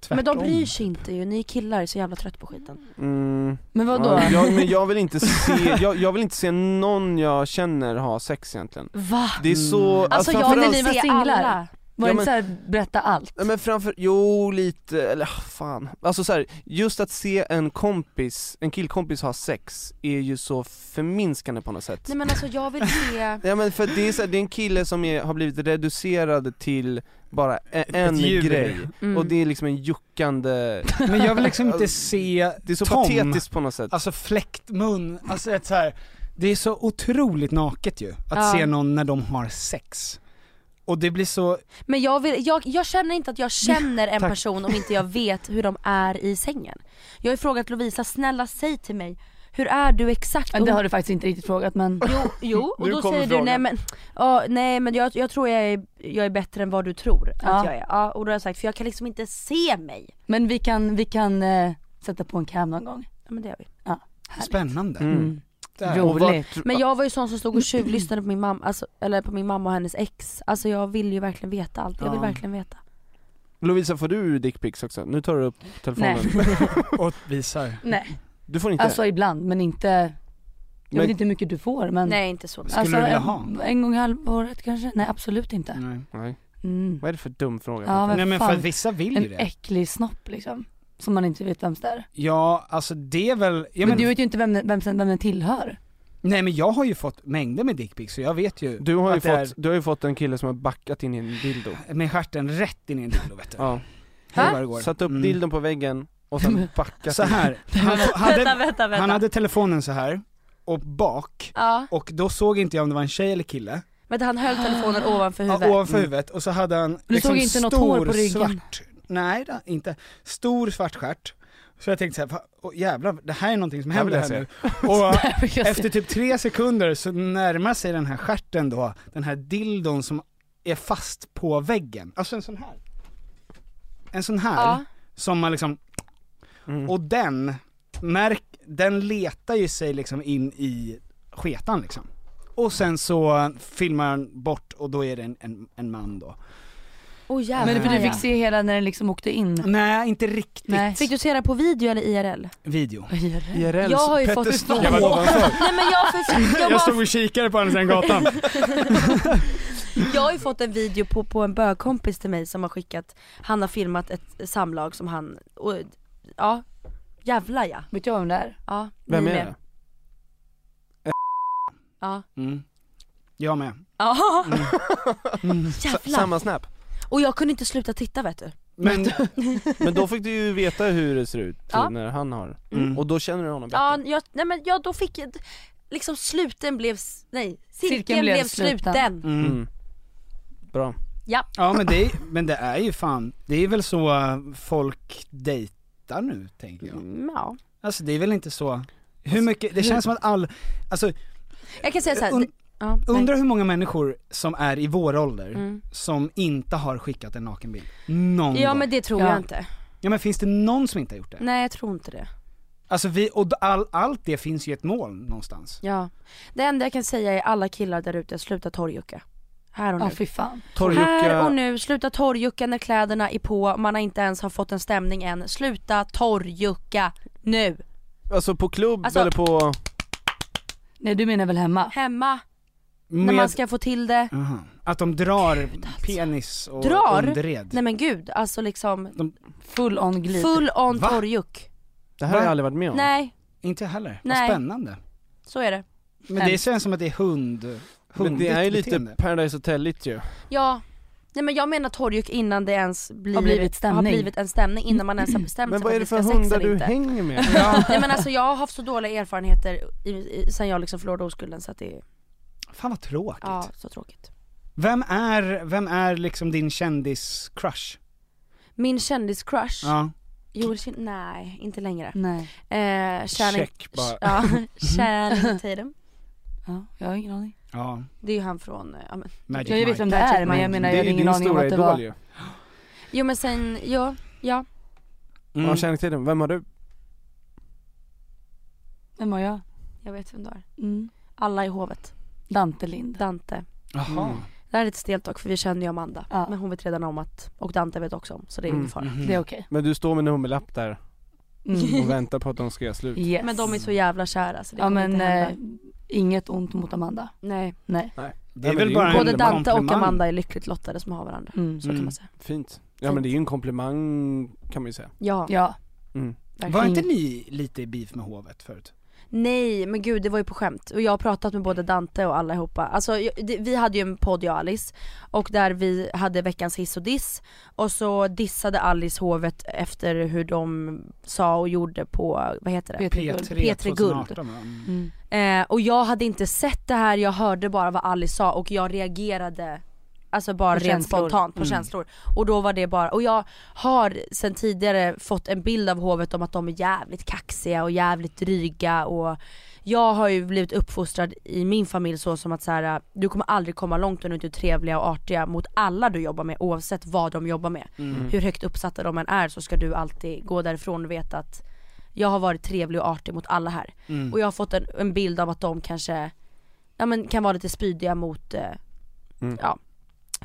A: tvärtom.
C: Men de bryr sig inte ju, ni killar är så jävla trött på skiten.
B: Mm.
E: Men vadå?
B: Ja, jag, men jag vill inte se, jag, jag vill inte se någon jag känner ha sex egentligen.
C: Va?
B: Det är så,
E: Alltså jag när
B: framförallt-
E: ni var singlar, var
B: Ja,
E: det
B: men-
E: inte såhär berätta allt?
B: Nej men framför, jo lite, eller ah, fan. Alltså så här, just att se en kompis, en killkompis ha sex är ju så förminskande på något sätt.
C: Nej men alltså jag vill se
B: Ja men för det är, så här, det är en kille som är, har blivit reducerad till bara e- en
A: djur.
B: grej,
A: Mm.
B: och det är liksom en juckande
A: Men jag vill liksom inte se
B: Det är så
A: Tom,
B: patetiskt på något sätt.
A: alltså fläktmun, alltså ett så här. det är så otroligt naket ju, att
C: Ja.
A: se någon när de har sex. Och det blir så,
C: Men jag, vill, jag, jag känner inte att jag känner en
A: Tack.
C: person om inte jag vet hur de är i sängen. Jag har ju frågat Lovisa, snälla säg till mig, hur är du exakt?
E: Det har du faktiskt inte riktigt frågat men
C: Jo, jo och
E: Nu
C: då
E: kommer
C: säger du
E: frågan.
C: nej men, ja, nej, men jag, jag tror jag är, jag är bättre än vad du tror
E: Ja.
C: att jag är. Ja, och då har jag sagt, för jag kan liksom inte se mig.
E: Men vi kan, vi kan eh, sätta på en cam någon gång.
C: Ja men det gör vi.
E: Ja.
A: spännande.
E: Mm.
A: Där.
E: Roligt.
C: Men jag var ju sån som stod och tjuvlyssnade på min mamma, alltså, eller på min mamma och hennes ex. Alltså jag vill ju verkligen veta allt, jag vill
B: Ja.
C: verkligen veta.
B: Lovisa får du dickpics också? Nu tar du upp telefonen.
A: och visar.
E: Nej.
B: Du får inte?
E: Alltså ibland men inte, jag
B: Men-
E: vet inte hur mycket du får men Alltså,
C: Nej inte så.
B: Skulle du vilja ha?
E: en, en gång i halvåret kanske? Nej absolut inte.
A: Nej.
B: Nej.
E: Mm.
B: Vad är det för dum fråga?
E: Ja,
A: Nej men för
E: fan.
A: att vissa vill ju
E: En
A: det.
E: äcklig snopp liksom, som man inte vet vems det är.
A: Ja, alltså det är väl, ja,
E: men, du vet ju inte vem, vem, vem den tillhör.
A: nej men jag har ju fått mängder med dickpics så jag vet ju
B: Du har, ju
A: att det
B: fått, du har ju fått en kille som har backat in i en dildo.
A: är med stjärten rätt in i en dildo vet du.
B: Ja.
A: Hej vad det går.
B: Satt upp
A: Mm.
B: dildon på väggen och sen backat
A: Så
B: in.
A: här, han hade,
C: Vänta, vänta, vänta.
A: han hade telefonen så här och bak,
C: Ja.
A: och då såg inte jag om det var en tjej eller kille,
C: Vänta han höll telefonen
E: Ah.
C: ovanför
A: ja,
C: huvudet.
A: ovanför huvudet, och så hade han
E: Mm.
A: liksom
E: Du såg inte något hår på ryggen?
A: svart, nej det- inte, stor svart stjärt så jag tänkte såhär, oh, jävlar det här är någonting som
B: Här vill
A: händer
B: jag
A: här nu. Och
E: Här vill jag se.
A: efter typ tre sekunder så närmar sig den här stjärten då, den här dildon som är fast på väggen. Alltså en sån här. En sån här,
C: Ja.
A: som man liksom, och den, märk, den letar ju sig liksom in i sketan liksom. Och sen så filmar han bort och då är det en, en, en man då.
C: Oh, jävlar,
E: Men för du
C: ja.
E: fick se hela när den liksom åkte in.
A: Nej, inte riktigt.
E: Nej.
C: Fick du se det på video eller IRL?
A: Video.
B: IRL,
C: Jag har ju
B: Petter
C: fått-
B: stod
A: Jag var ovanför.
C: Nej men jag, för, jag,
A: Jag stod
C: bara,
A: och kikade på andra sidan gatan.
C: jag har ju fått en video på, på en bögkompis till mig som har skickat, han har filmat ett samlag som han, och, ja, jävlar ja.
E: Vet jag vem det är?
C: ja ni
B: Vem är
C: med.
B: det?
C: Ja.
A: Mm. Jag med.
C: Ja,
B: S-
C: jävlar.
B: Mm. Samma snap.
C: Och jag kunde inte sluta titta vet du.
A: Men,
B: Men då fick du ju veta hur det ser ut typ,
C: Ja.
B: när han har.
A: Mm.
B: Och då känner du honom bättre.
C: Ja, jag, nej men jag, då fick jag, liksom sluten blev, s- nej, cirkeln, blev, sluten.
B: Mm. Bra.
C: Ja.
A: ja men det, är, men det är ju fan, det är väl så eh, folk dejtar nu tänker
C: Mm.
A: jag.
C: ja.
A: Alltså det är väl inte så, hur
C: Alltså,
A: mycket, det känns som att all, alltså
C: Jag kan säga såhär,
A: Und-
C: ja, nej.
A: undrar hur många människor som är i vår ålder
C: Mm.
A: som inte har skickat en nakenbild. Någon
C: ja
A: gång.
C: men det tror
E: Ja.
C: jag inte.
A: ja men finns det någon som inte har gjort det?
C: Nej jag tror inte det.
A: Alltså vi, och all, allt det finns ju ett mål någonstans.
C: Ja. Det enda jag kan säga är alla killar där ute, sluta torrjucka. Här och nu.
E: Ja fy fan.
C: Här och
B: Torrjucka,
C: nu, sluta torrjucka när kläderna är på, man har inte ens har fått en stämning än. Sluta torrjucka nu!
B: alltså på klubb
C: Alltså-
B: eller på...
E: Nej du menar väl hemma?
C: Hemma, när
A: Med-
C: man ska få till det.
A: Aha. Att de drar penis och
C: Drar?
A: underred.
C: Nej men gud, alltså liksom
E: Full on glid.
C: full on
A: Va?
C: torrjuck.
B: Det här har
A: Va?
B: jag aldrig varit med om.
C: Nej,
A: Inte jag heller.
C: Nej.
A: Vad spännande.
C: så är det.
A: Men det känns som att det är hund
B: Men det är ju lite
A: beteende.
B: Paradise Hotel-igt ju.
C: Ja, nej men jag menar torrjuk innan det ens blivit,
E: blivit stämning.
C: har blivit en stämning innan man ens har bestämt
B: Men
C: sig
B: vad
C: att
B: är
C: vi
B: det
C: ska
B: för
C: ha sex
B: hundar
C: eller
B: du
C: inte.
B: hänger med?
C: Nej men alltså jag har haft så dåliga erfarenheter i, i, sen jag liksom förlorade oskulden så att det är,
A: Fan vad tråkigt.
C: ja så tråkigt.
A: Vem är, vem är liksom din kändis-crush?
C: Min kändiscrush,
A: Ja.
C: Joel Kin- nej inte längre.
E: Nej.
C: Eh, Channing,
A: Check bara.
C: Ja, Channing Tatum.
E: Ja, jag har ingen aning.
A: Ja.
C: Det är ju han från, eh, ja, men,
A: Magic
E: Jag vet
A: Mike.
E: vem det är men jag
A: Mike.
E: menar jag
B: Det är
E: har
B: ju
E: ingen
B: din
E: aning om
B: stora
E: att det
B: idol
E: var...
B: ju.
C: jo men sen, ja, ja.
B: Mm. Ja, känner till den. Vem har du?
E: Vem var jag?
C: Jag vet vem du är.
E: Mm.
C: Alla i hovet.
E: Dante Lind.
C: Dante.
A: Jaha.
E: Mm.
C: Det här är lite stelt dock för vi känner ju Amanda.
E: Ja. Mm-hmm.
C: Men hon vet redan om att, och Dante vet också om. Så det är ingen
B: Mm,
C: fara.
B: mhm.
E: Det är okej.
B: Men du står med en hummerlapp där
E: Mm.
B: och väntar på att de ska göra slut.
E: Yes.
C: Men de är så jävla kära så det
E: ja
C: kommer
E: men
C: inte hända.
E: eh, inget ont mot Amanda.
C: Nej.
E: Nej.
B: Nej.
A: Det är
B: Nej, men
A: väl
B: ju
A: bara
B: en
C: Både
A: komplimang.
C: Dante och Amanda är lyckligt lottade som har varandra.
E: Mm.
C: Så kan
A: Mm.
C: man säga.
B: Fint. Ja men det är ju en komplimang kan man ju säga.
C: Ja,
E: Ja.
B: Mm.
A: Var
C: verkligen.
A: inte ni lite i beef med hovet förut?
C: Nej men gud det var ju på skämt och jag har pratat med både Dante och allihopa. Alltså jag- det, vi hade ju en podd jag och Alice och där vi hade veckans hiss och diss och så dissade Alice hovet efter hur de sa och gjorde på, vad heter det?
E: P3 Guld.
C: P3 Guld.
A: 2018 va? Mm.
E: Mm.
C: Eh, och jag hade inte sett det här, jag hörde bara vad Alice sa och jag reagerade Alltså bara rent
E: På känslor. Mm.
C: spontant på känslor. Och då var det bara, och jag har sen tidigare fått en bild av hovet om att de är jävligt kaxiga och jävligt dryga och jag har ju blivit uppfostrad i min familj så som att så här, du kommer aldrig komma långt om du inte är trevliga och artiga mot alla du jobbar med oavsett vad de jobbar med.
E: Mm.
C: Hur högt uppsatta de än är så ska du alltid gå därifrån och veta att jag har varit trevlig och artig mot alla här. Och jag har fått en, en bild av att de kanske ja, men kan vara lite spydiga mot eh, ja,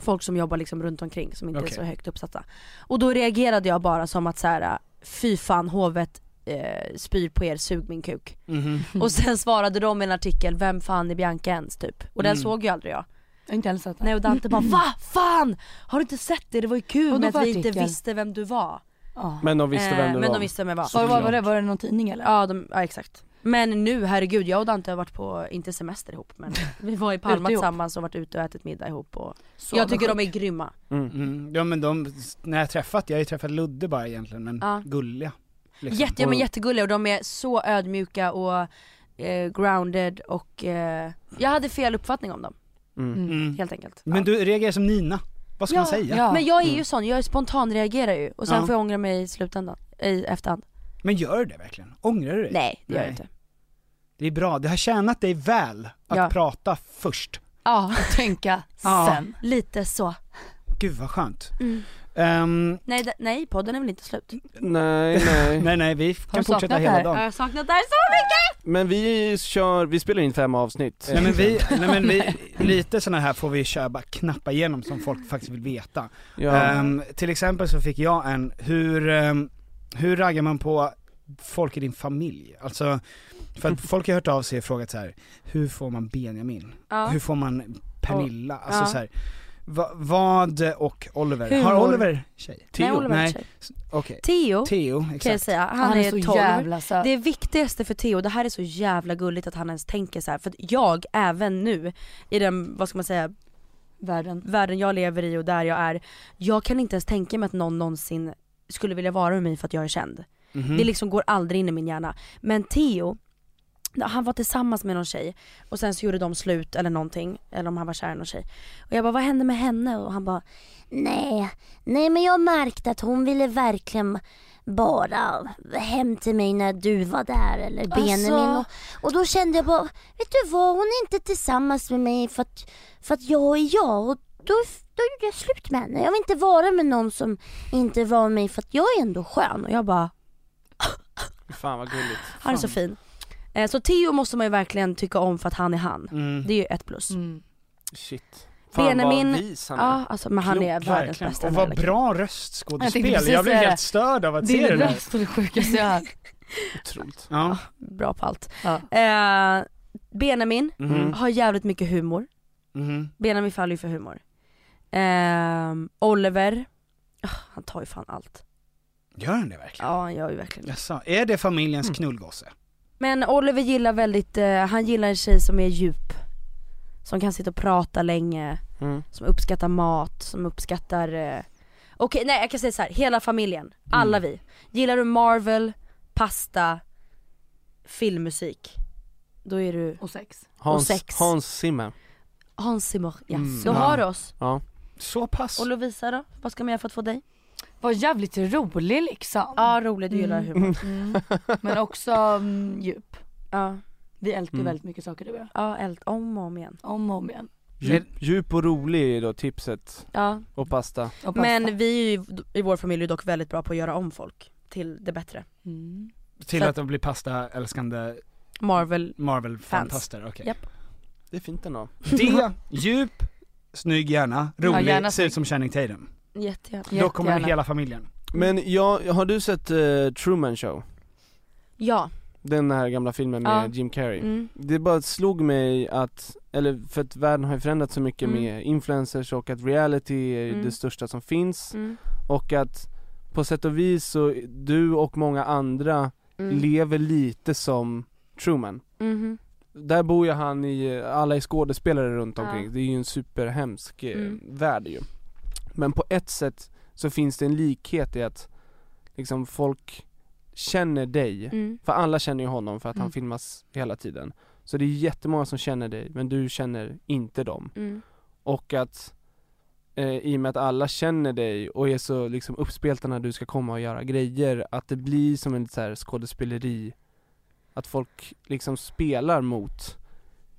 C: folk som jobbar liksom runt omkring som inte
A: Okej.
C: är så högt uppsatta. Och då reagerade jag bara som att så här, fy fan hovet eh, spyr på er, sug min kuk. Och sen svarade de i en artikel, vem fan är Bianca ens typ? Och den såg ju aldrig jag.
E: Jag har inte heller sett den.
C: Nej och Dante bara va fan? Har du inte sett det? Det var ju kul
E: Vadå
C: med
E: för
C: att vi inte
E: artikel?
C: visste vem du var.
E: Ja.
B: Men de visste
C: Eh,
B: vem du
C: men
B: var.
C: de visste vem jag var.
E: Var, var, var, det, var det någon tidning eller?
C: Ja, de, ja exakt. Men nu herregud, jag och Dante har varit på, inte semester ihop men vi var i Palma
E: Ute ihop.
C: tillsammans och varit ute och ätit middag ihop och
E: Så
C: jag tycker de är
E: avundsjuk.
C: grymma.
A: Mm. Ja men de, när jag träffat, jag har ju träffat Ludde bara egentligen men
C: Ja.
A: gulliga. liksom.
C: Jätte, ja, men jättegulliga och de är så ödmjuka och eh, grounded och eh, jag hade fel uppfattning om dem
A: Mm.
C: helt enkelt.
A: Men du reagerar som Nina, vad ska man säga? Mm.
E: ja.
C: Men jag är ju sån, jag spontan reagerar ju och sen
A: Ja.
C: får jag ångra mig i slutändan, i efterhand.
A: Men gör du det verkligen? Ångrar du dig?
C: Nej det gör jag
A: Nej.
C: inte.
A: Det är bra, det har tjänat dig väl att
C: Ja.
A: prata först.
C: Ja,
E: Tänka
A: Ja.
E: sen.
C: lite så.
A: Gud vad skönt.
C: Mm.
A: Ehm,
C: Nej, det- nej podden är väl inte slut?
B: Nej nej.
A: nej nej, vi kan
E: du saknat
A: fortsätta
E: det
A: hela
E: här?
C: Jag
A: dagen.
C: har saknat det här så mycket!
B: Men vi kör, vi spelar in fem avsnitt.
A: Nej men vi, nej, men vi lite sådana här får vi köra, bara knappa igenom som folk faktiskt vill veta.
B: Ja.
A: Ehm, till exempel så fick jag en, hur, ehm, hur raggar man på folk i din familj? Alltså, för att folk har hört av sig och frågat så här: hur får man Benjamin?
C: Ja.
A: Hur får man Pernilla? Alltså
C: Ja.
A: så här, va, vad och Oliver?
C: Hur
A: Har
C: mår-
A: Oliver tjej?
C: Nej, Oliver är tjej.
A: Okej,
C: Theo
A: Theo,
C: kan jag
A: exakt.
C: säga, han,
E: Han, är,
C: är,
E: så
C: 12.
E: jävla söt.
C: Det viktigaste för Theo, det här är så jävla gulligt att han ens tänker så här. för att jag även nu i den, vad ska man säga,
E: Världen.
C: världen jag lever i och där jag är, jag kan inte ens tänka mig att någon någonsin skulle vilja vara med mig för att jag är känd.
E: Mhm.
C: Det liksom går aldrig in i min hjärna. Men Theo, han var tillsammans med någon tjej och sen så gjorde de slut eller någonting, eller om han var kär i någon tjej. Och jag bara, vad hände med henne? Och han bara,
F: Nej, nej men jag märkte att hon ville verkligen bara hem till mig när du var där eller Benjamin.
C: Alltså.
F: Och, och då kände jag bara, vet du vad hon är inte tillsammans med mig för att, för att jag är jag. Och då, då gjorde jag slut med henne. Jag vill inte vara med någon som inte var med mig för att jag är ändå skön.
C: och jag bara,
B: Fan vad gulligt.
C: han är så fin. Eh, Så Theo måste man ju verkligen tycka om för att han är han. Det är ju ett plus.
E: Mm.
B: Shit. Fan
C: Benjamin,
B: vad vis han är.
C: ja alltså men han är
A: Klok,
C: världens
A: verkligen.
C: bästa
A: Och
C: jävla
A: vad
C: kille.
A: bra
E: Jag
A: röstskådespel,
E: tänkte
A: jag,
E: precis
A: blev
E: säga
A: helt
E: det.
A: störd av att
E: Din
A: se det där.
E: röst var det sjukaste jag hört.
B: Otroligt.
A: Ja.
C: bra på allt.
E: Ja.
C: Eh, Benjamin
A: Mhm.
C: har jävligt mycket humor.
A: Mhm.
C: Benjamin faller ju för humor. Ehm, Oliver, ah, han tar ju fan allt.
A: Gör han det verkligen?
C: Ja han gör ju verkligen det.
A: Jaså, är det
C: Mm.
A: familjens knullgosse?
C: Men Oliver gillar väldigt, eh, han gillar en tjej som är djup. som kan sitta och prata länge,
B: Mm.
C: som uppskattar mat, som uppskattar eh, Okej, nej jag kan säga så här. hela familjen, alla
E: Mm.
C: vi. Gillar du Marvel, pasta, filmmusik, då är du...
E: Och sex.
B: Hans,
C: och sex.
B: Hans Zimmer.
C: Hans Zimmer, ja.
B: Mm.
C: Då
B: Ja.
C: har du oss.
B: Ja.
A: Så pass.
C: Och Lovisa då? Vad ska man göra för att få dig?
E: Var jävligt rolig liksom.
C: Ja, rolig, du gillar humor.
E: Mm. Men också mm, djup.
C: Ja.
E: Vi ältar ju
B: Mm.
E: väldigt mycket saker du och jag.
C: Ja, eld om och om igen.
E: Om och om igen.
B: Djup, djup och rolig är då tipset.
C: Ja.
B: Och pasta.
E: Och pasta.
C: Men vi är ju, i vår familj är dock väldigt bra på att göra om folk till det bättre.
A: Till
C: Så
A: att de blir pastaälskande
C: Marvel
A: Marvel-fantaster, okej.
C: Japp.
B: Det är fint ändå.
A: Det, djup, snygg hjärna, rolig,
B: gärna
A: ser ut som Channing Tatum.
C: Jättegärna.
A: Då kommer hela familjen.
B: Men jag, har du sett eh, Truman Show?
C: Ja.
B: Den här gamla filmen med
C: Ja.
B: Jim Carrey.
C: Mm.
B: Det bara slog mig att, eller för att världen har ju förändrats så mycket
C: Mm.
B: med influencers och att reality är
C: Mm.
B: det största som finns.
C: Mm.
B: Och att på sätt och vis så, du och många andra
C: Mm.
B: lever lite som Truman.
C: Mhm.
B: Där bor ju han i, alla är skådespelare runt
C: Ja.
B: omkring, det är ju en superhemsk eh,
C: Mm.
B: värld ju. Men på ett sätt så finns det en likhet i att liksom folk känner dig,
C: Mm.
B: för alla känner ju honom för att han
C: Mm.
B: filmas hela tiden. Så det är jättemånga som känner dig, men du känner inte dem.
C: Mm.
B: Och att eh, i och med att alla känner dig och är så liksom uppspelta när du ska komma och göra grejer, att det blir som en så här skådespeleri Att folk liksom spelar mot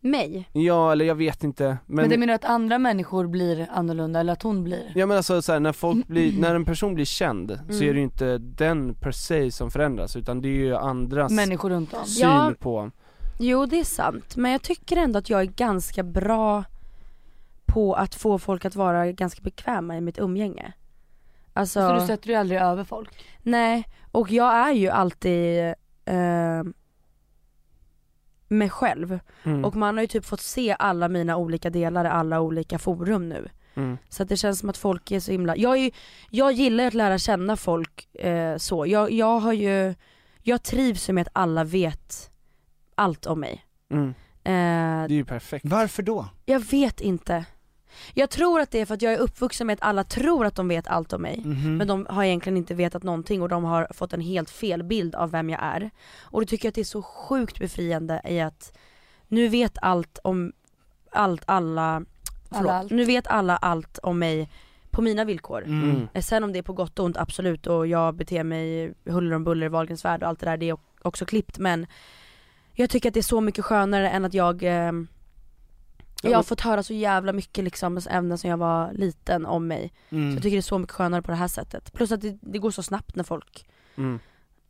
E: Mig?
B: Ja, eller jag vet inte
E: Men,
B: men,
E: det menar du att andra människor blir annorlunda eller att hon blir?
B: Ja men alltså så här, när folk blir, när en person blir känd så
E: Mm.
B: är det ju inte den per se som förändras utan det är ju andras
E: Människor runt om.
B: syn
C: Ja.
B: på
C: Jo det är sant, men jag tycker ändå att jag är ganska bra på att få folk att vara ganska bekväma i mitt umgänge. Alltså,
E: Så du sätter dig aldrig över folk?
C: nej, och jag är ju alltid eh, mig själv.
E: Mm.
C: Och man har ju typ fått se alla mina olika delar i alla olika forum nu.
B: Mm.
C: Så att det känns som att folk är så himla, jag, är ju, jag gillar ju att lära känna folk eh, så. Jag, jag har ju, jag trivs ju med att alla vet allt om mig.
B: Mm.
C: Eh,
B: Det är ju perfekt
A: Varför då?
C: jag vet inte. Jag tror att det är för att jag är uppvuxen med att alla tror att de vet allt om mig.
A: Mhm.
C: Men de har egentligen inte vetat någonting och de har fått en helt fel bild av vem jag är. Och då tycker jag att det är så sjukt befriande i att nu vet allt om, allt alla, förlåt,
E: allt.
C: nu vet alla allt om mig på mina villkor.
E: Mm.
C: Eh, Sen om det är på gott och ont, absolut, och jag beter mig huller om buller i Wahlgrens värld och allt det där, det är också klippt men jag tycker att det är så mycket skönare än att jag ehm, jag
B: Ja,
C: har
B: men-
C: fått höra så jävla mycket liksom, ämnen som jag var liten om mig.
B: Mm.
C: Så jag tycker det är så mycket skönare på det här sättet. Plus att det, det går så snabbt när folk
B: mm.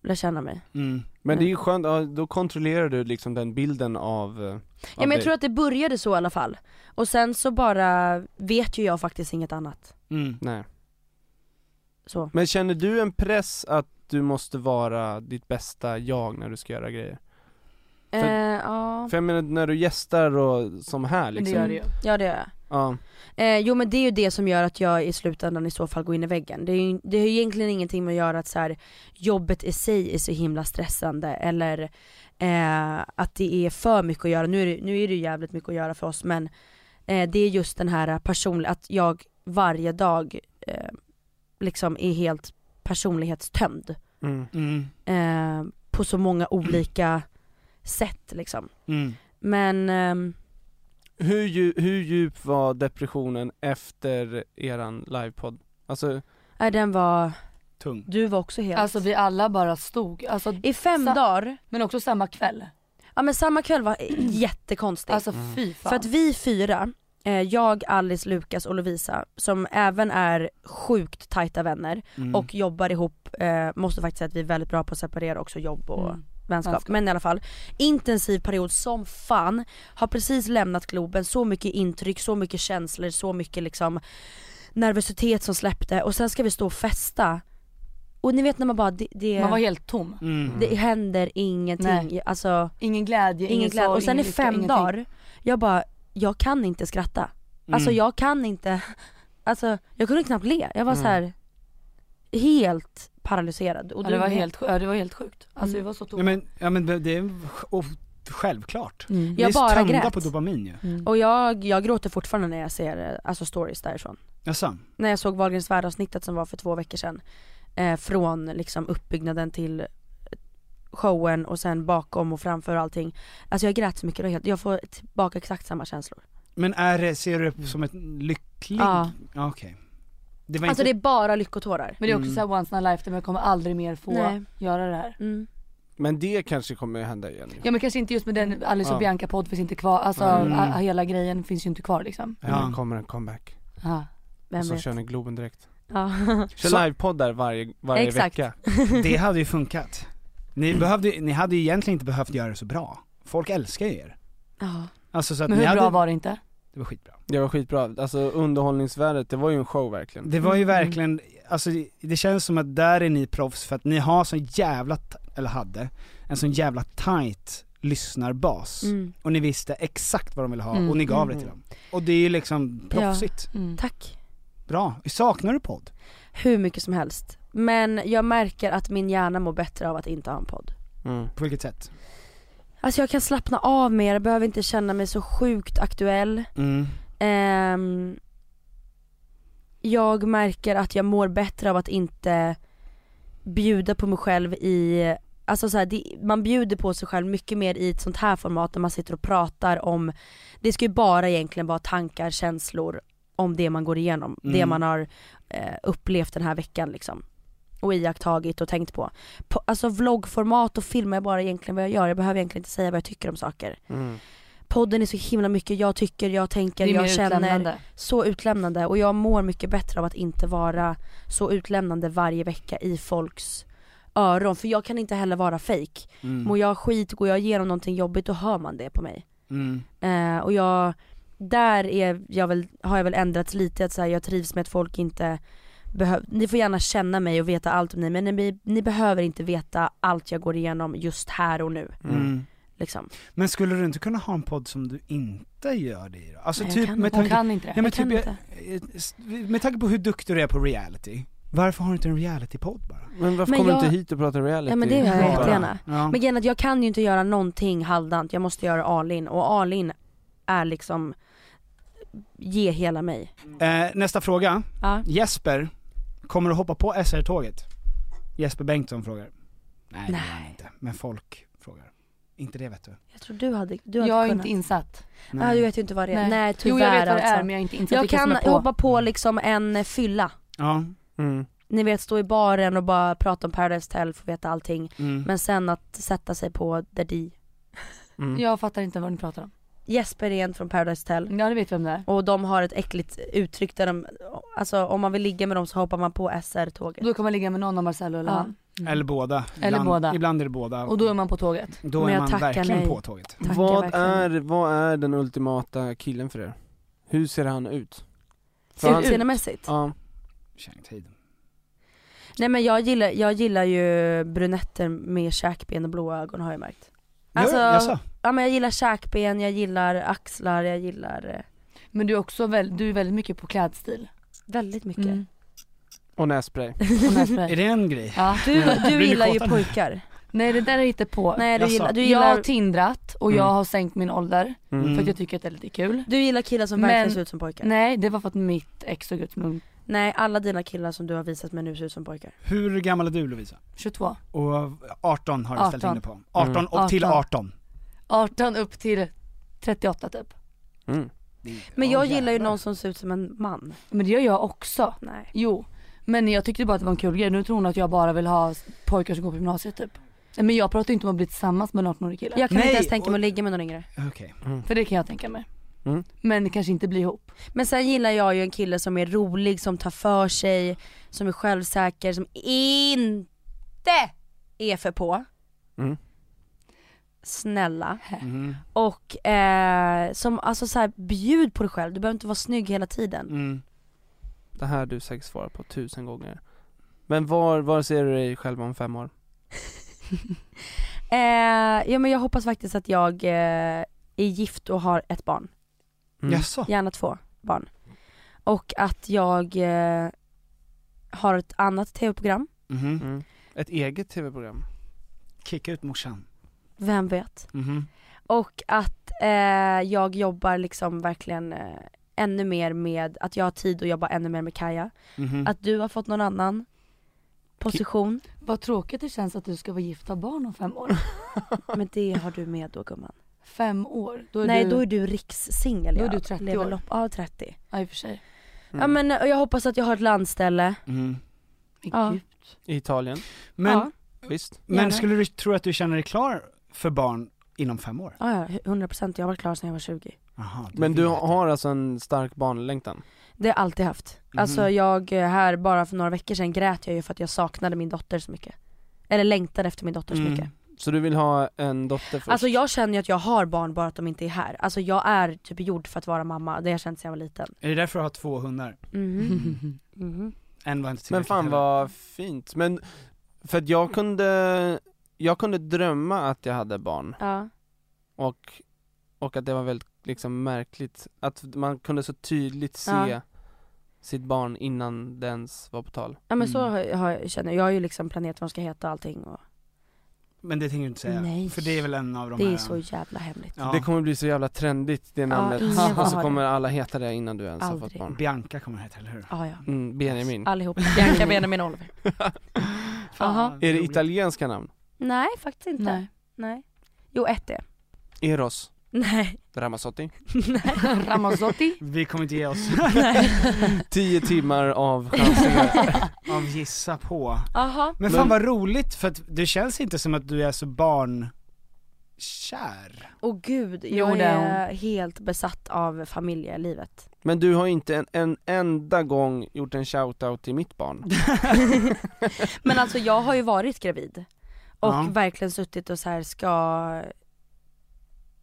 C: lär känna mig.
A: mm,
B: Men det är ju skönt, ja, då kontrollerar du liksom den bilden av, eh, av
C: Mm. Ja men jag
B: dig.
C: tror att det började så i alla fall. Och sen så bara vet ju jag faktiskt inget annat.
A: mm,
B: Nej.
C: Så.
B: Men känner du en press att du måste vara ditt bästa jag när du ska göra grejer? För-
C: Eh, ja. Mm.
B: För jag menar när du gästar och som här liksom
C: Ja det gör jag.
B: Ja,
C: Eh, jo men det är ju det som gör att jag i slutändan i så fall går in i väggen. Det, är ju, det har ju egentligen ingenting med att göra att så här, jobbet i sig är så himla stressande eller eh, att det är för mycket att göra. Nu är, det, nu är det ju jävligt mycket att göra för oss men eh, det är just den här personliga, att jag varje dag eh, liksom är helt personlighetstömd.
B: Mm.
C: Eh, på så många olika sätt liksom.
A: Mm.
C: Men ehm,
B: hur, dju- hur djup var depressionen efter eran livepodd? Alltså,
C: nej, den var,
A: Tung.
C: du var också helt...
E: Alltså vi alla bara stod, alltså,
C: I fem dagar.
E: Men också samma kväll.
C: Ja men samma kväll var jättekonstig.
E: Alltså fy fan.
C: För att vi fyra, eh, jag, Alice, Lukas och Lovisa, som även är sjukt tajta vänner
E: Mm.
C: och jobbar ihop, eh, måste faktiskt säga att vi är väldigt bra på att separera också jobb och
E: Mm.
C: vänskap.
E: Vänskap.
C: Men i alla fall, intensiv period som fan. Har precis lämnat Globen, så mycket intryck, så mycket känslor, så mycket liksom nervositet som släppte och sen ska vi stå och festa. Och ni vet när man bara, det, det,
E: Man var helt tom.
A: Mm.
C: det händer ingenting.
E: Mm. Nej.
C: Alltså,
E: Ingen glädje, ingen,
C: ingen glädje.
E: sorg,
C: Och sen i
E: ingen lycka,
C: fem
E: ingenting.
C: dagar, jag bara, jag kan inte skratta. Alltså
E: Mm.
C: jag kan inte, alltså jag kunde knappt le. Jag var
E: Mm.
C: så här helt paralyserad. Och
E: Ja,
C: du
E: det, var
C: med.
E: helt, sju- ja, det var helt sjukt. Alltså
C: Mm.
E: vi var så tomma.
A: Ja men, ja men det är en självklart.
C: Mm.
A: Ni
C: Jag
A: är
C: bara
A: tömda
C: grät.
A: på dopamin ju.
C: Och jag, jag gråter fortfarande när jag ser eh, alltså stories därifrån.
A: Jaså?
C: När jag såg Wahlgrens värld-avsnittet som var för två veckor sedan. Eh, från liksom uppbyggnaden till showen och sen bakom och framför och allting. Alltså jag grät så mycket, det var helt- jag får tillbaka exakt samma känslor.
A: Men är det, ser du det som ett lycklig?
C: Ja.
A: Ja, Okej. Det var
C: Alltså det
A: inte...
C: är bara lyckotårar.
E: Men det är också så här once in a lifetime, jag kommer aldrig mer få
C: Nej. Mm.
E: göra det här.
B: Men det kanske kommer hända igen ju.
E: Ja men kanske inte just med den
C: Mm.
E: Alice och
B: Ja.
E: Bianca podd finns inte kvar, alltså
B: Mm.
E: a- a- hela grejen finns ju inte kvar liksom. Alltså,
B: Eller kommer en comeback.
E: Ja.
B: och så kör ni Globen direkt.
C: Ja.
B: Kör livepoddar varje, varje vecka.
A: det hade ju funkat. Ni, behövde, ni hade ju egentligen inte behövt göra det så bra. Folk älskar ju er.
C: Ja.
A: Alltså så att
E: Men
A: ni
E: hur
A: hade...
E: bra var det inte?
A: Det var skitbra.
B: Det var skitbra, alltså underhållningsvärdet, det var ju en show verkligen.
A: Det var ju verkligen, alltså det- det känns som att där är ni proffs för att ni har sån jävla, t- eller hade, en sån jävla tight lyssnarbas.
C: Mm.
A: Och ni visste exakt vad de ville ha
C: Mm.
A: och ni gav det
C: Mm.
A: till dem. Och det är ju liksom proffsigt.
E: Ja.
C: Tack.
A: Bra. Saknar du podd?
C: Hur mycket som helst. Men jag märker att min hjärna mår bättre av att inte ha en podd.
B: Mm.
A: På vilket sätt?
C: Alltså jag kan slappna av mer, jag behöver inte känna mig så sjukt aktuell.
A: Mm.
C: Ehm, jag märker att jag mår bättre av att inte bjuda på mig själv i, alltså så här, det, man bjuder på sig själv mycket mer i ett sånt här format när man sitter och pratar om, det ska ju bara egentligen vara tankar, känslor om det man går igenom,
E: Mm.
C: det man har eh, upplevt den här veckan liksom. Och iakttagit och tänkt på. på alltså vloggformat och filmar jag bara egentligen vad jag gör, jag behöver egentligen inte säga vad jag tycker om saker. Podden är så himla mycket jag tycker, jag tänker,
E: Det är
C: jag
E: mer
C: känner.
E: utlämnande.
C: Så utlämnande och jag mår mycket bättre av att inte vara så utlämnande varje vecka i folks öron. För jag kan inte heller vara fejk.
E: Mm.
C: Mår jag skit, går jag igenom någonting jobbigt då hör man det på mig.
A: Mm.
C: Eh, och jag, där är jag väl, har jag väl ändrats lite att så här, jag trivs med att folk inte behöver, ni får gärna känna mig och veta allt om mig men ni, ni behöver inte veta allt jag går igenom just här och nu.
A: Mm.
C: Liksom.
A: Men skulle du inte kunna ha en podd som du inte gör det i då? Alltså
C: Nej, Eh, jag
A: typ
C: kan
A: med
C: inte.
A: tanke,
C: Hon kan inte det.
A: Nej, men
C: Jag kan
A: typ, jag- eh, Med tanke på hur duktig du är på reality, varför har du inte en reality-podd bara?
B: Men varför
C: Men
B: kommer
C: jag-
B: du inte hit och pratar reality?
C: Ja men det gör jag jättegärna.
A: Ja.
C: Men grejen är att jag kan ju inte göra någonting halvdant, jag måste göra all in och all in är liksom ge hela mig.
A: Eh, nästa fråga.
C: Ja.
A: Jesper, kommer du hoppa på SR-tåget? Jesper Bengtsson frågar. Nej, det gör han inte. Men folk frågar. Inte det vet du.
C: Jag tror du hade, du hade
E: Jag är
C: kunnat.
E: inte insatt.
C: Ja du vet ju inte vad det är. Nej,
E: Nej.
C: tyvärr
E: Jo, jag vet vad det är,
C: alltså.
E: men jag är inte insatt
C: Jag
E: vilka som
C: kan
E: är på.
C: hoppa på liksom en eh, fylla.
A: Ja.
B: Mm,
C: Ni vet stå i baren och bara prata om Paradise Hotel, få veta allting.
A: Mm.
C: Men sen att sätta sig på The D.
B: Mm.
E: Jag fattar inte vad ni pratar om.
C: Mm. Jesper är en från Paradise Hotel.
E: Ja du vet vem det är.
C: Och de har ett äckligt uttryck där de, alltså om man vill ligga med dem så hoppar man på SR-tåget.
E: Då kan man ligga med någon av Marcello eller
C: Ja.
E: han.
A: Eller båda.
E: Eller
A: ibland,
E: båda.
A: Ibland är det båda.
E: Och då är man på tåget.
A: Då är man verkligen på tåget.
B: Vad är, vad är den ultimata killen för er? Hur ser han ut? För han-
C: Utseendemässigt?
B: Ja.
C: Nej men jag gillar, jag gillar ju brunetter med käkben och blåa ögon har jag märkt.
E: Ja,
C: Alltså,
E: jaså?
C: ja men jag gillar käkben, jag gillar axlar, jag gillar eh,
E: Men du är också väl, du är väldigt mycket på klädstil. Mm.
C: väldigt mycket.
B: Och nässpray.
E: Och nässpray.
A: Är det en grej?
E: Ja.
C: Du,
E: Blir
C: du
E: ni
C: gillar ju
E: kåta nu?
C: pojkar.
E: Nej det där är inte på.
C: Nej, du Jaså? gillar- du
E: Jag
C: gillar-
E: har tindrat och jag
C: Mm.
E: har sänkt min ålder
C: Mm.
E: för att jag tycker att det är lite kul.
C: Du gillar killar som
E: Men-
C: verkligen ser ut som pojkar.
E: Nej det var för att mitt ex såg ut som en
C: Nej, alla dina killar som du har visat mig nu ser ut som pojkar.
A: Hur gammal är du Lovisa?
E: 22.
A: Och 18 har du ställt in
E: 18.
A: dig på. 18
E: Mm.
A: och till
E: 18.
A: 18.
E: 18 upp till 38 typ.
C: Men jag gillar ju någon som ser ut som en man.
E: Men det gör jag också.
C: Nej.
E: Jo. Men jag tyckte bara att det var en kul grej. Nu tror hon att jag bara vill ha pojkar som går på gymnasiet typ. Nej, Men jag pratar ju inte om att bli tillsammans med en 18-årig kille.
C: Jag kan inte ens tänka mig att ligga med någon yngre.
A: Okej.
E: För det kan jag tänka mig.
B: Mm.
E: Men kanske inte bli ihop.
C: Men sen gillar jag ju en kille som är rolig, som tar för sig, som är självsäker, som INTE är för på.
B: Mm.
C: Snälla. Och eh, som alltså så här, bjud på dig själv, du behöver inte vara snygg hela tiden.
B: Mm. Det här har du säkert svarat på tusen gånger. Men var, var ser du dig själv om fem år?
C: Eh, ja men jag hoppas faktiskt att jag eh, är gift och har ett barn.
B: Mm.
A: Jaså?
C: Gärna två barn. Och att jag eh, har ett annat tv-program.
A: Mhm.
B: Mm. Ett eget tv-program.
A: Kicka ut morsan.
C: Vem vet?
A: Mhm.
C: Och att eh, jag jobbar liksom verkligen eh, ännu mer med, att jag har tid att jobba ännu mer med Kaja.
E: Mhm.
C: Att du har fått någon annan position.
E: Vad tråkigt det känns att du ska vara gift och ha barn om fem år.
C: Men det har du med då gumman.
E: Fem år? Då är
C: Nej
E: du...
C: då är du rikssingel
E: Då är
C: ja.
E: du 30
C: Lever
E: år. Mm.
C: lopp- Ja 30.
E: Ja i och för sig.
C: Ja
B: Mm.
C: men eh, jag hoppas att jag har ett landställe.
A: Mm.
C: Ja.
B: I Italien.
A: Men,
C: Ja.
B: Visst.
A: men
C: Gärna.
A: skulle du tro att du känner dig klar för barn inom fem år?
C: Ja, ja, 100% jag har varit klar sedan jag var 20.
A: Aha,
B: Men du har alltså en stark barnlängtan?
C: Det har jag alltid haft.
B: Mhm.
C: Alltså jag, eh, här bara för några veckor sedan grät jag ju för att jag saknade min dotter så mycket. Eller längtade efter min dotter så mycket.
B: Så du vill ha en dotter först?
C: Alltså jag känner ju att jag har barn bara att de inte är här. Alltså jag är typ gjord för att vara mamma, det har jag känt sedan jag var liten.
A: Är det därför du har två hundar?
C: Mhm. Mhm.
A: En var inte
B: Men
A: tillräckligt
B: fan
A: heller.
B: vad fint, men för att jag kunde, jag kunde drömma att jag hade barn
C: Ja.
B: och, och att det var väldigt liksom märkligt, att man kunde så tydligt se
C: Ja.
B: sitt barn innan det ens var på tal
C: Ja men så har, har, känner jag, jag har ju liksom planerat vad de ska heta och allting och
A: Men det tänker du inte säga?
C: Nej.
A: För det är väl en av de
C: det
A: här...
C: är så jävla hemligt.
B: Det kommer bli så jävla trendigt det namnet,
C: ingen vill
B: och så
C: ha
B: kommer
C: det.
B: alla heta det innan du ens har fått
C: Aldrig.
B: barn
A: Bianca kommer heta, eller hur?
C: Ja, ja.
B: mm, Benjamin
C: Allihopa. Bianca, Benjamin och Oliver. Aha.
B: Är det italienska namn?
C: Nej faktiskt inte. Nej. Jo ett är.
B: Eros
C: Nej.
B: Ramazzotti?
C: Nej. Ramazzotti.
A: Vi kommer inte ge oss.
B: 10 timmar av chansningar
A: av gissa på.
C: Aha.
A: Men fan vad roligt, för att det känns inte som att du är så barnkär.
C: Och gud,
E: Jo,
C: jag
E: det är
C: är helt besatt av familjelivet.
B: Men du har inte en, en enda gång gjort en shoutout till mitt barn
C: Men alltså jag har ju varit gravid och
B: Ja.
C: verkligen suttit och så här ska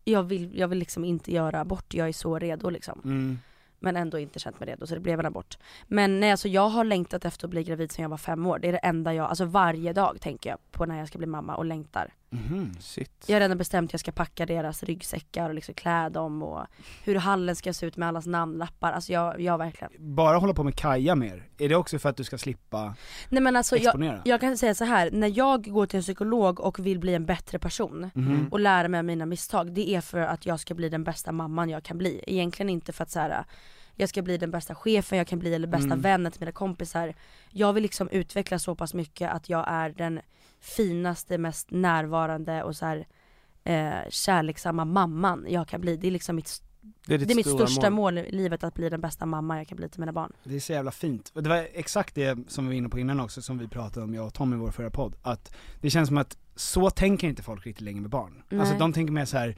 C: jag vill, jag vill liksom inte göra abort, jag är så redo liksom.
A: Mm.
C: Men ändå inte känt mig redo så det blev en abort. Men nej alltså jag har längtat efter att bli gravid sedan jag var fem år. Det är det enda jag, alltså varje dag tänker jag på när jag ska bli mamma och längtar.
A: Mhm,
B: Shit.
C: Jag har redan bestämt att jag ska packa deras ryggsäckar och liksom klä dem och hur hallen ska se ut med allas namnlappar. Alltså jag, jag verkligen.
A: Bara hålla på med Kaja mer, är det också för att du ska slippa
C: Nej men alltså
A: Exponera.
C: jag, jag kan säga så här. när jag går till en psykolog och vill bli en bättre person
A: Mhm.
C: och lära mig av mina misstag, det är för att jag ska bli den bästa mamman jag kan bli. Egentligen inte för att så här, jag ska bli den bästa chefen jag kan bli eller bästa
E: Mm.
C: vännen till mina kompisar. Jag vill liksom utvecklas så pass mycket att jag är den finaste, mest närvarande och så här, eh, kärleksamma mamman jag kan bli. Det är liksom mitt,
B: Det är ditt
C: det är mitt
A: stora
C: största mål. i livet att bli den bästa mamma jag kan bli till mina barn.
A: Det är så jävla fint. Och Det var exakt det som vi var inne på innan också, som vi pratade om jag och Tom i vår förra podd. Att det känns som att så tänker inte folk riktigt längre med barn.
G: Nej.
A: Alltså de tänker mer så här,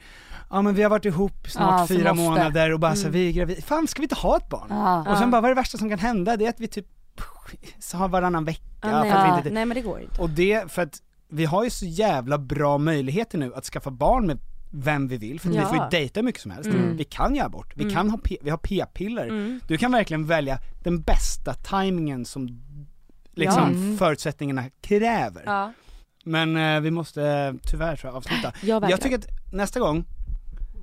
A: ja men vi har varit ihop snart
G: Ja, så
A: fyra
G: måste.
A: månader och bara så här,
G: Mm.
A: vi är gravida. Fan ska vi inte ha ett barn?
G: Ja.
A: Och
G: Ja.
A: sen bara, vad är det värsta som kan hända? Det är att vi typ så har varannan vecka.
C: Ja,
A: för
C: nej.
A: att vi
C: Ja, nej, men det går inte.
A: Och det, för att vi har ju så jävla bra möjligheter nu att skaffa barn med vem vi vill, för att vi
G: Ja.
A: får ju dejta hur mycket som helst.
G: Mm.
A: Vi kan göra abort, vi
G: Mm.
A: kan ha p- vi har p-piller.
G: Mm.
A: Du kan verkligen välja den bästa timingen som liksom
G: Ja. Mm.
A: förutsättningarna kräver.
C: Ja.
A: Men eh, vi måste eh, tyvärr tror jag, avsluta.
G: Jag vägrar.
A: jag tycker att nästa gång,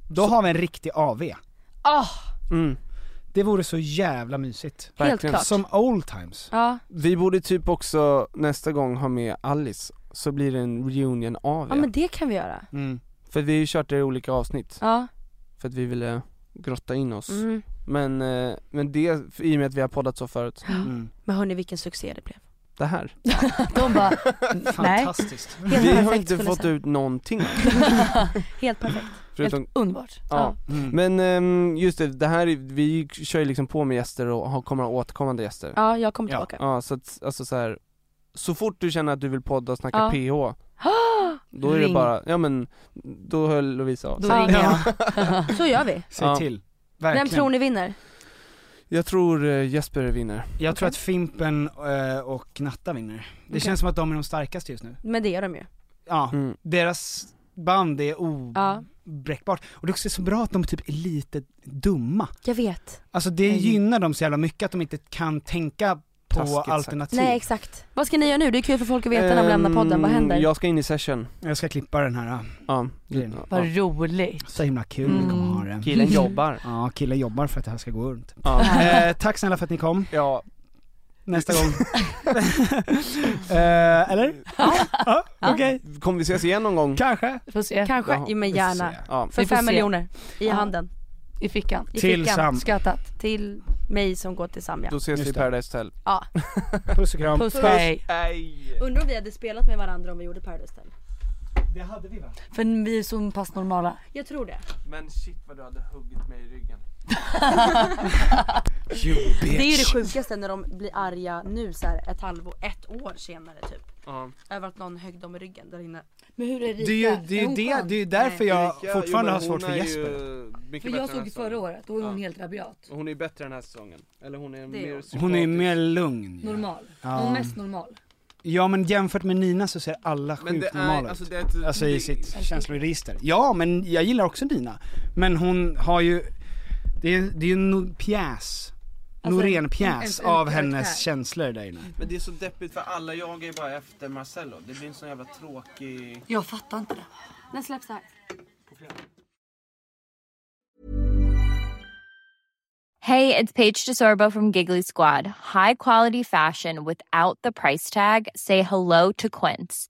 A: då har vi en riktig AV.
C: Ah!
B: Mm.
A: Det vore så jävla mysigt.
B: Helt Verkligen. klart.
A: Som old times.
C: Ja.
B: Vi borde typ också nästa gång ha med Alice, så blir det en reunion av
C: Ja men det kan vi göra.
A: Mm.
B: För vi har ju kört det i olika avsnitt
C: Ja.
B: För att vi ville grotta in oss
C: Mm.
B: men, eh, men det, i och med att vi har poddat så förut
A: Mm.
C: Men hörni vilken succé det blev.
B: Det här
C: De bara, nej.
A: Fantastiskt.
C: Helt
B: Vi har
C: perfekt
B: inte
C: skulle jag
B: fått
C: säga.
B: ut någonting
C: Helt perfekt.
B: Förutom-
E: underbart.
B: Ja,
A: Mm.
B: men ehm, just det, det här, är- vi kör ju liksom på med gäster och har, kommer ha återkommande gäster
C: Ja, jag kommer tillbaka.
B: Ja, så att, alltså så här, så fort du känner att du vill podda och snacka
C: Ja.
B: PH Då är det
C: Ring.
B: bara, ja men, då höll Lovisa av
C: Då
B: sig.
C: ringer jag. Så gör vi.
A: Säg
B: Ja.
A: till.
C: Vem tror ni vinner?
B: Jag tror eh, Jesper vinner
A: Jag tror att Fimpen eh, och Natta vinner. Det
C: Okej.
A: känns som att de är de starkaste just nu.
C: Men det är de ju.
A: Ja,
B: Mm.
A: deras band är obräckbart. Och det är också så bra att de typ är lite dumma.
C: Jag vet.
A: Alltså det
C: Mm.
A: gynnar dem så jävla mycket att de inte kan tänka på
B: Taskigt sagt.
A: alternativ.
C: Nej exakt. Vad ska ni göra nu? Det är kul för folk att veta när de lämnar podden, vad
B: Ehm,
C: händer?
B: Jag ska in i session
A: Jag ska klippa den här eh,
B: Ja,
E: Vad roligt.
A: Så himla kul vi kommer
C: Mm.
A: ha det.
B: Mm. Killen jobbar.
A: Ja, killen jobbar för att det här ska gå runt.
B: Ja.
A: Eh, tack snälla för att ni kom.
B: Ja.
G: nästa gång. Eh, eller? Ja, okej.
B: Kommer vi ses igen någon gång?
G: Kanske.
E: Får se. Kanske,
B: Jaha.
E: jo men
B: Vi får
E: gärna.
B: se. Ja.
E: För
B: Vi får
E: fem
B: se.
E: miljoner i
C: Ja.
E: handen. I fickan.
C: I
B: Till
C: fickan,
B: Sam.
C: Skattat. Till mig som går till Samja.
B: Då ses vi i Paradise Hotel.
C: Ja.
G: Puss och kram.
E: Puss, hej.
C: Undrar om vi hade spelat med varandra om vi gjorde Paradise Hotel.
G: Det hade vi va?
E: För vi är så pass normala.
C: Jag tror det.
B: Men shit vad du hade huggit mig i ryggen.
C: you Det är ju det sjukaste när de blir arga nu så här ett halvår, ett år senare typ.
B: Ja.
C: Över att någon högg dem i ryggen där inne.
E: Men hur är
G: Det är ju, det är ju det, det är ju därför jag fortfarande har svårt för Jesper.
E: För jag såg ju förra året, då var hon helt rabiat.
B: Hon är ju bättre den här säsongen. Eller hon är
E: Det är
B: mer
E: hon.
B: sympatisk.
G: Hon är ju mer lugn.
E: Normal.
G: Ja.
E: Hon är mest normal.
G: Ja men jämfört med Nina så ser alla
B: Men det
G: sjukt
B: är-
G: normala
B: alltså
G: ut.
B: det är ett-
G: Alltså i
B: det-
G: sitt känsloregister. Ja men jag gillar också Nina. Men hon har ju, det är, det är ju en no- pjäs.
B: Alltså,
G: Norén-pjäs
B: en- en- en
G: av hennes
B: karaktär.
G: känslor där inne.
B: Men det är så deppigt för alla jagar ju bara efter Marcello. Det blir en sån jävla tråkig...
E: Jag fattar inte det. När släpps det här?
H: Hey, it's Paige DeSorbo from Giggly Squad. High quality fashion without the price tag. Say hello to Quince.